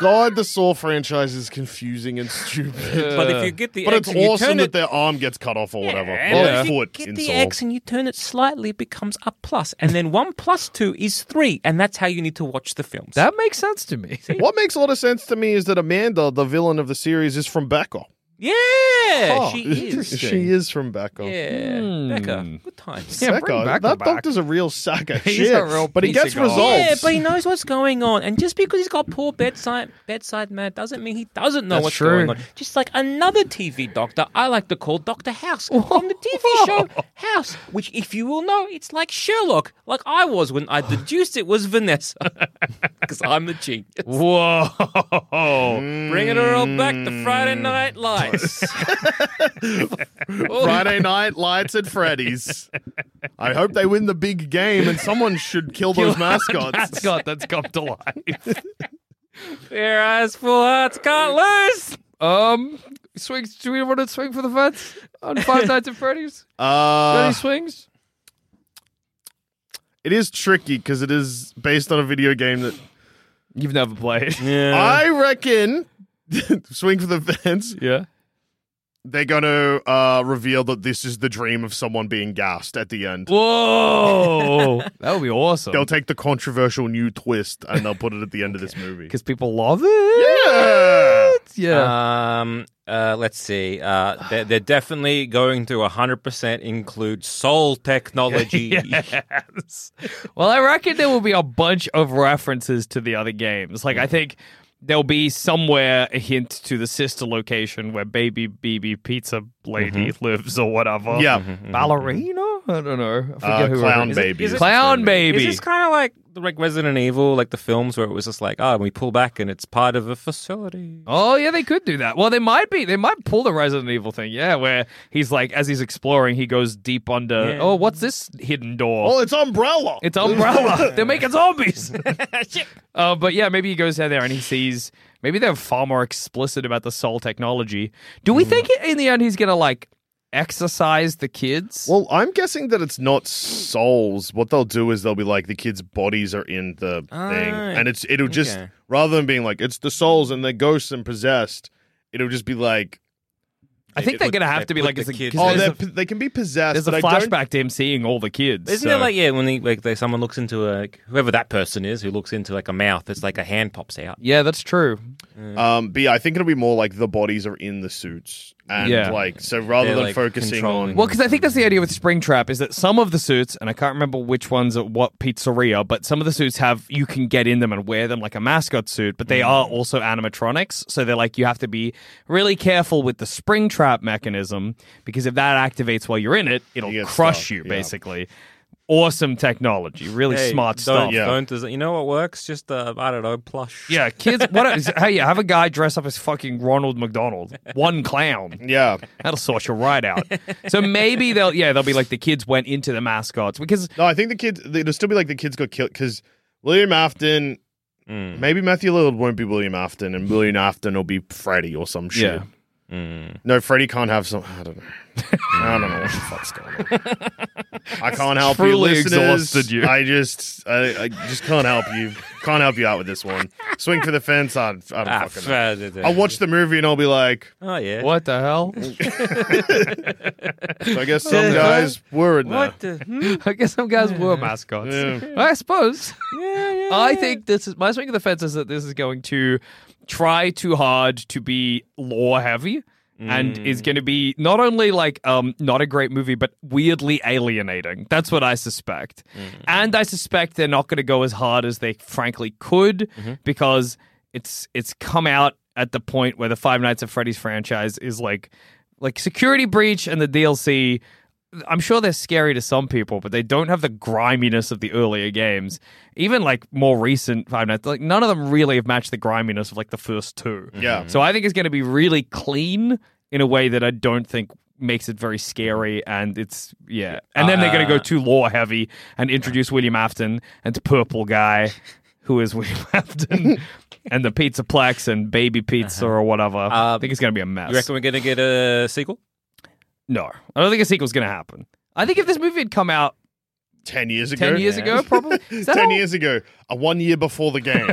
[SPEAKER 4] God, the Saw franchise is confusing and stupid.
[SPEAKER 5] But if you get the
[SPEAKER 4] but
[SPEAKER 5] X
[SPEAKER 4] it's
[SPEAKER 5] and you
[SPEAKER 4] awesome
[SPEAKER 5] turn
[SPEAKER 4] that
[SPEAKER 5] it,
[SPEAKER 4] their arm gets cut off or whatever.
[SPEAKER 5] Yeah,
[SPEAKER 4] Or
[SPEAKER 5] but if you
[SPEAKER 4] foot
[SPEAKER 5] get
[SPEAKER 4] in
[SPEAKER 5] the
[SPEAKER 4] Saw.
[SPEAKER 5] X and you turn it slightly, it becomes a plus, and then one plus two is three, and that's how you need to watch the films.
[SPEAKER 3] That makes sense to me.
[SPEAKER 4] What makes a lot of sense to me is that Amanda, the villain of the series, is from Becca.
[SPEAKER 5] yeah, she is.
[SPEAKER 4] she is from Becca.
[SPEAKER 5] Yeah, Becca, good times.
[SPEAKER 3] Yeah, bring
[SPEAKER 4] Becca,
[SPEAKER 3] Becca
[SPEAKER 4] that
[SPEAKER 3] back.
[SPEAKER 4] doctor's a real sack of
[SPEAKER 3] He's
[SPEAKER 4] shit.
[SPEAKER 3] a real
[SPEAKER 4] but he
[SPEAKER 3] piece
[SPEAKER 4] gets
[SPEAKER 3] of gold.
[SPEAKER 4] results.
[SPEAKER 5] Yeah, but he knows what's going on, and just because he's got poor bedside bedside manner doesn't mean he doesn't know
[SPEAKER 3] That's
[SPEAKER 5] what's
[SPEAKER 3] true.
[SPEAKER 5] going on. Just like another TV doctor, I like to call Doctor House from the TV show House, which, if you will know, it's like Sherlock, like I was when I deduced it was Vanessa, because I'm a genius.
[SPEAKER 3] Whoa.
[SPEAKER 4] Mm.
[SPEAKER 3] Mm.
[SPEAKER 5] Bringing her all back to Friday Night Lights.
[SPEAKER 4] Friday night lights at Freddy's. I hope they win the big game and someone should kill those mascots.
[SPEAKER 3] God, that's come to life.
[SPEAKER 5] Their eyes full hearts can't lose.
[SPEAKER 3] Um, swings. Do we want to swing for the fence on Five Nights at Freddy's?
[SPEAKER 4] Uh,
[SPEAKER 3] Any swings?
[SPEAKER 4] it is tricky because it is based on a video game that
[SPEAKER 3] You've never played.
[SPEAKER 4] I reckon. swing for the fence.
[SPEAKER 3] Yeah.
[SPEAKER 4] They're going to uh, reveal that this is the dream of someone being gassed at the end.
[SPEAKER 3] Whoa. that would be awesome.
[SPEAKER 4] They'll take the controversial new twist and they'll put it at the end of this movie.
[SPEAKER 3] Because people love it.
[SPEAKER 4] Yeah.
[SPEAKER 3] Yeah.
[SPEAKER 5] Um, uh, let's see. Uh, they're, they're definitely going to 100% include soul technology.
[SPEAKER 3] yes. well, I reckon there will be a bunch of references to the other games. Like, I think there'll be somewhere a hint to the sister location where Baby BB Pizza Lady lives or whatever.
[SPEAKER 4] Yeah.
[SPEAKER 3] Ballerina? I don't know. I forget
[SPEAKER 4] Uh,
[SPEAKER 3] who
[SPEAKER 4] clown
[SPEAKER 3] it is.
[SPEAKER 4] baby.
[SPEAKER 5] is it-
[SPEAKER 3] Clown
[SPEAKER 5] Is
[SPEAKER 3] Baby.
[SPEAKER 5] this kind of like like Resident Evil, like the films where it was just like, oh, we pull back and it's part of a facility?
[SPEAKER 3] Oh yeah, they could do that. Well, they might be. They might pull the Resident Evil thing. Yeah, where he's like, as he's exploring, he goes deep under.
[SPEAKER 5] Yeah.
[SPEAKER 3] Oh, what's this hidden door?
[SPEAKER 4] Oh, it's Umbrella.
[SPEAKER 3] it's umbrella. They're making zombies. uh, but yeah, maybe he goes out there and he sees. Maybe they're far more explicit about the soul technology. Do we think in the end he's gonna like exercise the kids?
[SPEAKER 4] Well, I'm guessing that it's not souls. What they'll do is they'll be like the kids' bodies are in the thing, and it's it'll just
[SPEAKER 5] Ah, okay.
[SPEAKER 4] rather than being like it's the souls and they're ghosts and possessed, it'll just be like
[SPEAKER 3] I think
[SPEAKER 5] they
[SPEAKER 3] they're
[SPEAKER 5] put-
[SPEAKER 3] gonna have
[SPEAKER 5] they
[SPEAKER 3] to be
[SPEAKER 5] put
[SPEAKER 3] like
[SPEAKER 5] the
[SPEAKER 3] it's a
[SPEAKER 5] kids
[SPEAKER 3] 'cause
[SPEAKER 4] oh
[SPEAKER 5] in.
[SPEAKER 3] there's
[SPEAKER 4] they're,
[SPEAKER 3] a-
[SPEAKER 4] p- they can be possessed.
[SPEAKER 3] There's a
[SPEAKER 4] but I don't-
[SPEAKER 3] flashback to him seeing all the kids.
[SPEAKER 5] Isn't
[SPEAKER 3] so-
[SPEAKER 5] it like yeah when they, like they, someone looks into a whoever that person is who looks into like a mouth, it's like a hand pops out.
[SPEAKER 3] Yeah, that's true.
[SPEAKER 4] Um, but yeah, I think it'll be more like the bodies are in the suits, and
[SPEAKER 3] Yeah.
[SPEAKER 4] like so rather
[SPEAKER 5] They're,
[SPEAKER 4] than
[SPEAKER 5] like,
[SPEAKER 4] focusing on
[SPEAKER 5] controlling.
[SPEAKER 3] Well, because I think that's the idea with Springtrap is that some of the suits, and I can't remember which ones at what pizzeria, but some of the suits have you can get in them and wear them like a mascot suit, but
[SPEAKER 4] Mm.
[SPEAKER 3] they are also animatronics. So they're like you have to be really careful with the Springtrap mechanism because if that activates while you're in it, it'll
[SPEAKER 4] You get
[SPEAKER 3] crush
[SPEAKER 4] stuck,
[SPEAKER 3] you
[SPEAKER 4] yeah.
[SPEAKER 3] basically. Awesome technology, really
[SPEAKER 5] Hey,
[SPEAKER 3] smart
[SPEAKER 5] don't,
[SPEAKER 3] stuff.
[SPEAKER 4] Yeah.
[SPEAKER 5] Don't, does it- you know what works? Just uh, I don't know, plush.
[SPEAKER 3] Yeah, kids. What? Is, hey, yeah, have a guy dress up as fucking Ronald McDonald, one clown.
[SPEAKER 4] yeah.
[SPEAKER 3] That'll sort you right out. So maybe they'll yeah they'll be like the kids went into the mascots because
[SPEAKER 4] No, I think the kids it'll still be like the kids got killed because William Afton. Maybe Matthew Lillard won't be William Afton, and William Afton will be Freddy or some shit.
[SPEAKER 3] Yeah.
[SPEAKER 4] No, Freddy can't have some. I don't know. I don't know what the fuck's going on. I can't help you,
[SPEAKER 3] Truly
[SPEAKER 4] listeners.
[SPEAKER 3] exhausted you.
[SPEAKER 4] I just, I, I just can't help you. Can't help you out with this one. Swing for the fence. I, I don't
[SPEAKER 5] Ah,
[SPEAKER 4] fucking know.
[SPEAKER 5] f- uh,
[SPEAKER 4] I'll watch the movie and I'll be like,
[SPEAKER 5] Oh yeah.
[SPEAKER 3] what the hell?
[SPEAKER 4] so I guess some guys were in there.
[SPEAKER 5] What the? hmm?
[SPEAKER 3] I guess some guys were mascots. I suppose. I think this is my swing of the fence is that this is going to try too hard to be lore heavy. And is going to be not only like um, not a great movie, but weirdly alienating. That's what I suspect. And I suspect they're not going to go as hard as they frankly could because it's it's come out at the point where the Five Nights at Freddy's franchise is like like Security Breach and the DLC I'm sure they're scary to some people, but they don't have the griminess of the earlier games. Even like more recent Five Nights, like none of them really have matched the griminess of like the first two.
[SPEAKER 5] Mm-hmm.
[SPEAKER 4] Yeah.
[SPEAKER 3] So I think it's going to be really clean in a way that I don't think makes it very scary. And it's yeah. And then they're going to
[SPEAKER 5] Uh.
[SPEAKER 3] go too lore heavy and introduce William Afton and the purple guy, who is William Afton, and the pizza plex and baby pizza or whatever. I think it's going to be a mess.
[SPEAKER 5] Uh-huh. Uh, You reckon we're gonna get a sequel?
[SPEAKER 3] no, I don't think a sequel's going to happen. I think if this movie had come out
[SPEAKER 4] Ten years ago.
[SPEAKER 3] ten years ago, probably. Is that
[SPEAKER 4] Ten
[SPEAKER 3] all?
[SPEAKER 4] years ago. Uh, one year before the game.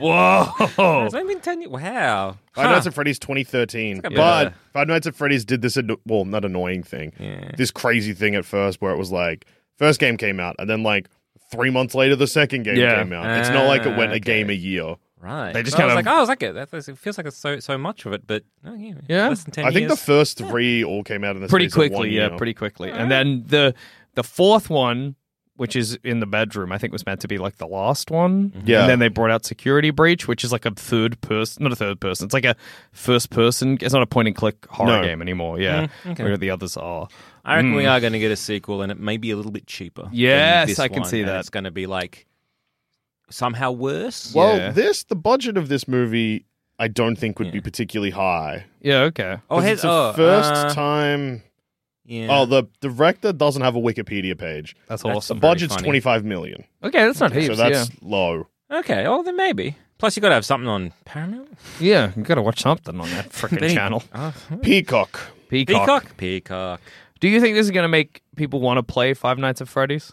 [SPEAKER 3] Whoa. Oh.
[SPEAKER 5] It's only been 10 years. Wow.
[SPEAKER 4] Five
[SPEAKER 5] Huh.
[SPEAKER 4] Nights at Freddy's 2013.
[SPEAKER 5] It's like a
[SPEAKER 4] but
[SPEAKER 5] bit of
[SPEAKER 4] Five Nights at Freddy's did this, anno- well, not annoying thing. This crazy thing at first where it was like, first game came out, and then like three months later, the second game
[SPEAKER 3] Yeah.
[SPEAKER 4] came out. It's not like it went
[SPEAKER 5] Ah,
[SPEAKER 4] a game a year.
[SPEAKER 5] Right.
[SPEAKER 3] They just
[SPEAKER 5] So I
[SPEAKER 3] kind
[SPEAKER 5] was
[SPEAKER 3] of-
[SPEAKER 5] like, oh, I was like, it, that- that's- it feels like it's so so much of it, but oh, yeah,
[SPEAKER 3] Yeah.
[SPEAKER 5] less than ten
[SPEAKER 4] I think the
[SPEAKER 5] years.
[SPEAKER 4] first three all came out in the
[SPEAKER 3] pretty
[SPEAKER 4] space of one
[SPEAKER 3] quickly, yeah,
[SPEAKER 4] year.
[SPEAKER 3] pretty quickly. And then the the fourth one, which is in the bedroom, I think was meant to be like the last one.
[SPEAKER 4] Mm-hmm. Yeah.
[SPEAKER 3] And then they brought out Security Breach, which is like a third person, not a third person. It's like a first person. It's not a point and click horror
[SPEAKER 4] No.
[SPEAKER 3] game anymore. Yeah, where the others are.
[SPEAKER 5] I reckon
[SPEAKER 4] Hmm.
[SPEAKER 5] we are going to get a sequel, and it may be a little bit cheaper. than
[SPEAKER 3] Yes,
[SPEAKER 5] this
[SPEAKER 3] I can
[SPEAKER 5] one,
[SPEAKER 3] see
[SPEAKER 5] and
[SPEAKER 3] that.
[SPEAKER 5] It's going to be like somehow worse.
[SPEAKER 4] Well,
[SPEAKER 3] Yeah.
[SPEAKER 4] this, the budget of this movie, I don't think would be particularly high.
[SPEAKER 3] Yeah. Okay.
[SPEAKER 5] Oh,
[SPEAKER 4] 'Cause
[SPEAKER 5] here's
[SPEAKER 4] it's the
[SPEAKER 5] oh,
[SPEAKER 4] first
[SPEAKER 5] uh,
[SPEAKER 4] time.
[SPEAKER 5] Yeah.
[SPEAKER 4] Oh, the director doesn't have a Wikipedia page.
[SPEAKER 3] That's
[SPEAKER 5] That's-
[SPEAKER 4] The
[SPEAKER 3] awesome.
[SPEAKER 5] Very
[SPEAKER 4] budget's
[SPEAKER 5] funny.
[SPEAKER 4] 25 million.
[SPEAKER 3] Okay, that's not
[SPEAKER 4] so
[SPEAKER 3] heaps.
[SPEAKER 4] that's low.
[SPEAKER 5] okay. Oh, then maybe. Plus, you got to have something on Paramount,
[SPEAKER 3] yeah. Yeah. You got to watch something on that freaking
[SPEAKER 5] They-
[SPEAKER 3] channel.
[SPEAKER 5] Oh,
[SPEAKER 4] Peacock.
[SPEAKER 3] Peacock.
[SPEAKER 5] Peacock. Peacock.
[SPEAKER 3] Do you think this is going to make people want to play Five Nights at Freddy's?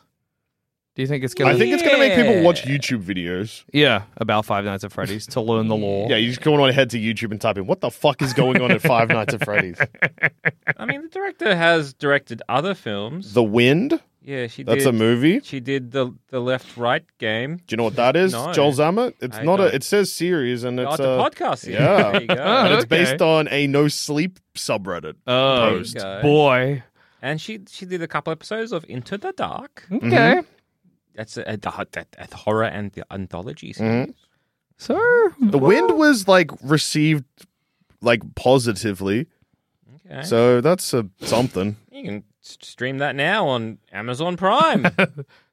[SPEAKER 3] Do you think it's going
[SPEAKER 4] I
[SPEAKER 3] to?
[SPEAKER 4] think it's going to make people watch
[SPEAKER 5] Yeah.
[SPEAKER 4] YouTube videos.
[SPEAKER 3] yeah, about Five Nights at Freddy's to learn the lore.
[SPEAKER 4] Yeah, you just go on ahead to YouTube and type in what the fuck is going on at Five Nights at Freddy's.
[SPEAKER 5] I mean, the director has directed other films.
[SPEAKER 4] The Wind.
[SPEAKER 5] yeah, she did.
[SPEAKER 4] That's a movie. Do
[SPEAKER 5] She did the the left right game.
[SPEAKER 4] you know what that is?
[SPEAKER 5] No.
[SPEAKER 4] Joel Zammert. It's
[SPEAKER 5] I
[SPEAKER 4] not a.
[SPEAKER 5] don't.
[SPEAKER 4] It says series and
[SPEAKER 5] oh,
[SPEAKER 4] it's
[SPEAKER 5] it's
[SPEAKER 4] a.
[SPEAKER 5] a podcast. series.
[SPEAKER 4] yeah.
[SPEAKER 5] There you go.
[SPEAKER 3] Oh,
[SPEAKER 4] and it's
[SPEAKER 3] okay.
[SPEAKER 4] based on a no sleep subreddit.
[SPEAKER 5] Uh,
[SPEAKER 3] Oh
[SPEAKER 4] Post.
[SPEAKER 5] Okay.
[SPEAKER 3] boy.
[SPEAKER 5] And she she did a couple episodes of Into the Dark.
[SPEAKER 3] Okay.
[SPEAKER 5] That's a, a, a, a- a horror and the anthology
[SPEAKER 3] Mm-hmm.
[SPEAKER 5] series.
[SPEAKER 4] Mhm.
[SPEAKER 3] So
[SPEAKER 4] The Wind was like received like positively,
[SPEAKER 5] Okay.
[SPEAKER 4] so that's a something.
[SPEAKER 5] you can s- stream that now on Amazon Prime.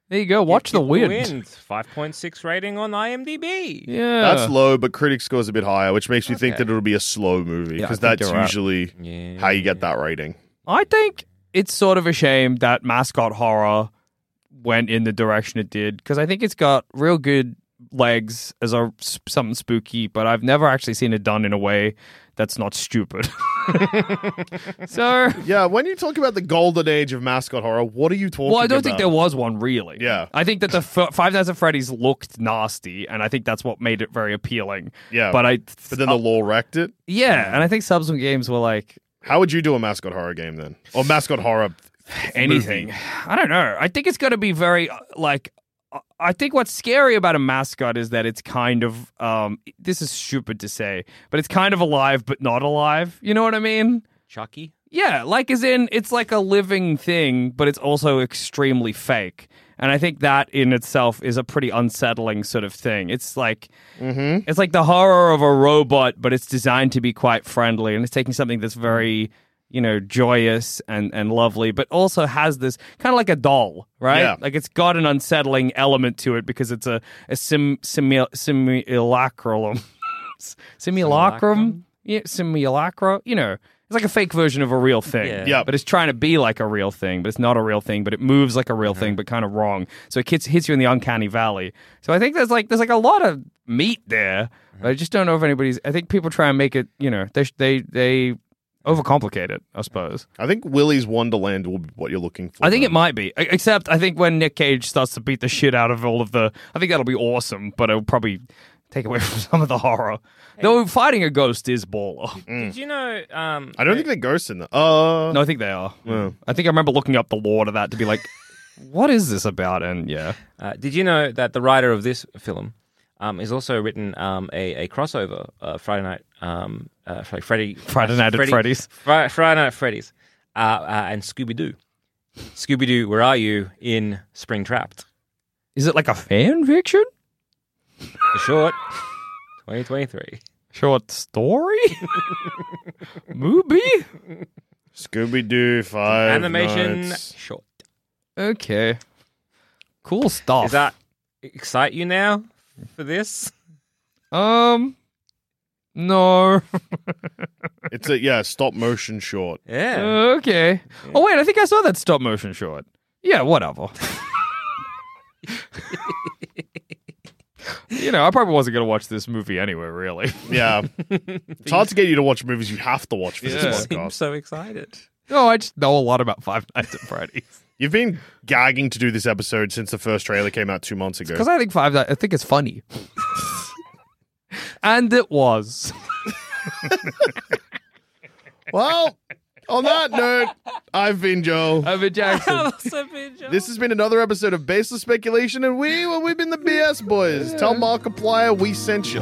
[SPEAKER 3] there you go. Watch the wind.
[SPEAKER 5] Five point six rating on IMDb.
[SPEAKER 3] Yeah.
[SPEAKER 4] That's low, but critic scores a bit higher, which makes me think
[SPEAKER 5] Okay.
[SPEAKER 4] that it'll be a slow movie
[SPEAKER 3] Yeah, I
[SPEAKER 4] because
[SPEAKER 3] think
[SPEAKER 4] that's
[SPEAKER 3] you're right.
[SPEAKER 4] usually
[SPEAKER 5] Yeah.
[SPEAKER 4] how you get that rating.
[SPEAKER 3] I think it's sort of a shame that mascot horror went in the direction it did because I think it's got real good legs as a s- something spooky, but I've never actually seen it done in a way that's not stupid. so.
[SPEAKER 4] Yeah, when you talk about the golden age of mascot horror, what are you talking?
[SPEAKER 3] Well, I don't think there
[SPEAKER 4] about?
[SPEAKER 3] was one really.
[SPEAKER 4] Yeah.
[SPEAKER 3] I think that the f- Five Nights at Freddy's looked nasty, and I think that's what made it very appealing.
[SPEAKER 4] Yeah,
[SPEAKER 3] but I, uh,
[SPEAKER 4] But then the Hmm. law wrecked it.
[SPEAKER 3] yeah, and I think subsequent games were like
[SPEAKER 4] How would you do a mascot horror game then, or mascot horror?
[SPEAKER 3] anything. I don't know. I think it's going to be very uh, like. uh, I think what's scary about a mascot is that it's kind of um. This is stupid to say, but it's kind of alive, but not alive. You know what I mean?
[SPEAKER 5] Chucky.
[SPEAKER 3] Yeah, like as in it's like a living thing, but it's also extremely fake. And I think that in itself is a pretty unsettling sort of thing. It's like it's like the horror of a robot, but it's designed to be quite friendly and it's taking something that's very, you know, joyous and, and lovely, but also has this kind of like a doll, right?
[SPEAKER 4] Yeah.
[SPEAKER 3] Like it's got an unsettling element to it because it's a, a sim simil, simulacrum. simulacrum? Yeah, simulacra. You know, it's like a fake version of a real thing.
[SPEAKER 5] Yeah.
[SPEAKER 4] Yeah.
[SPEAKER 3] But it's trying to be like a real thing, but it's not a real thing, but it moves like a real thing, but kind of wrong. So it hits, hits you in the uncanny valley. So I think there's like there's like a lot of meat there. But I just don't know if anybody's. I think people try and make it. You know, they sh- they they overcomplicate it. I suppose.
[SPEAKER 4] I think Willy's Wonderland will be what you're looking for.
[SPEAKER 3] I think it
[SPEAKER 4] then.
[SPEAKER 3] might be. E- Except I think when Nick Cage starts to beat the shit out of all of the, I think that'll be awesome. But it'll probably take away from some of the horror. Though fighting a ghost is baller.
[SPEAKER 5] Did you know? Um,
[SPEAKER 4] I don't think they're ghosts in that. Uh,
[SPEAKER 3] No, I think they are. I think I remember looking up the lore to that to be like, what is this about? And yeah.
[SPEAKER 5] uh, did you know that the writer of this film um, has also written um, a, a crossover uh, Friday night um, uh, sorry, Freddy
[SPEAKER 3] Friday Night at
[SPEAKER 5] Freddy-
[SPEAKER 3] Freddy's.
[SPEAKER 5] Fri- Friday night at Freddy's uh, uh, and Scooby Doo. Scooby Doo, where are you in Spring Trapped?
[SPEAKER 3] Is it like a fan fiction?
[SPEAKER 5] The short, 2023.
[SPEAKER 3] Short story? Movie?
[SPEAKER 4] Scooby Doo Five
[SPEAKER 5] Animation
[SPEAKER 4] Nights.
[SPEAKER 5] short.
[SPEAKER 3] Okay. Cool stuff.
[SPEAKER 5] Does that excite you now for this?
[SPEAKER 3] Um No.
[SPEAKER 4] It's a yeah stop motion short.
[SPEAKER 5] Yeah.
[SPEAKER 3] okay. Oh wait, I think I saw that stop motion short. Yeah, whatever. you know, I probably wasn't gonna watch this movie anyway, really.
[SPEAKER 4] Yeah, it's hard to get you to watch movies you have to watch for
[SPEAKER 3] Yeah.
[SPEAKER 4] this
[SPEAKER 5] I'm
[SPEAKER 4] podcast.
[SPEAKER 5] so excited.
[SPEAKER 3] No, I just know a lot about Five Nights at Freddy's.
[SPEAKER 4] You've been gagging to do this episode since the first trailer came out two months ago.
[SPEAKER 3] Because I think Five Nights I think it's funny. And it was.
[SPEAKER 4] Well, on that note, I've been Joel.
[SPEAKER 3] Over Jackson.
[SPEAKER 4] This has been another episode of Baseless Speculation, and we, well, we've been the BS Boys. Tell Markiplier we sent you.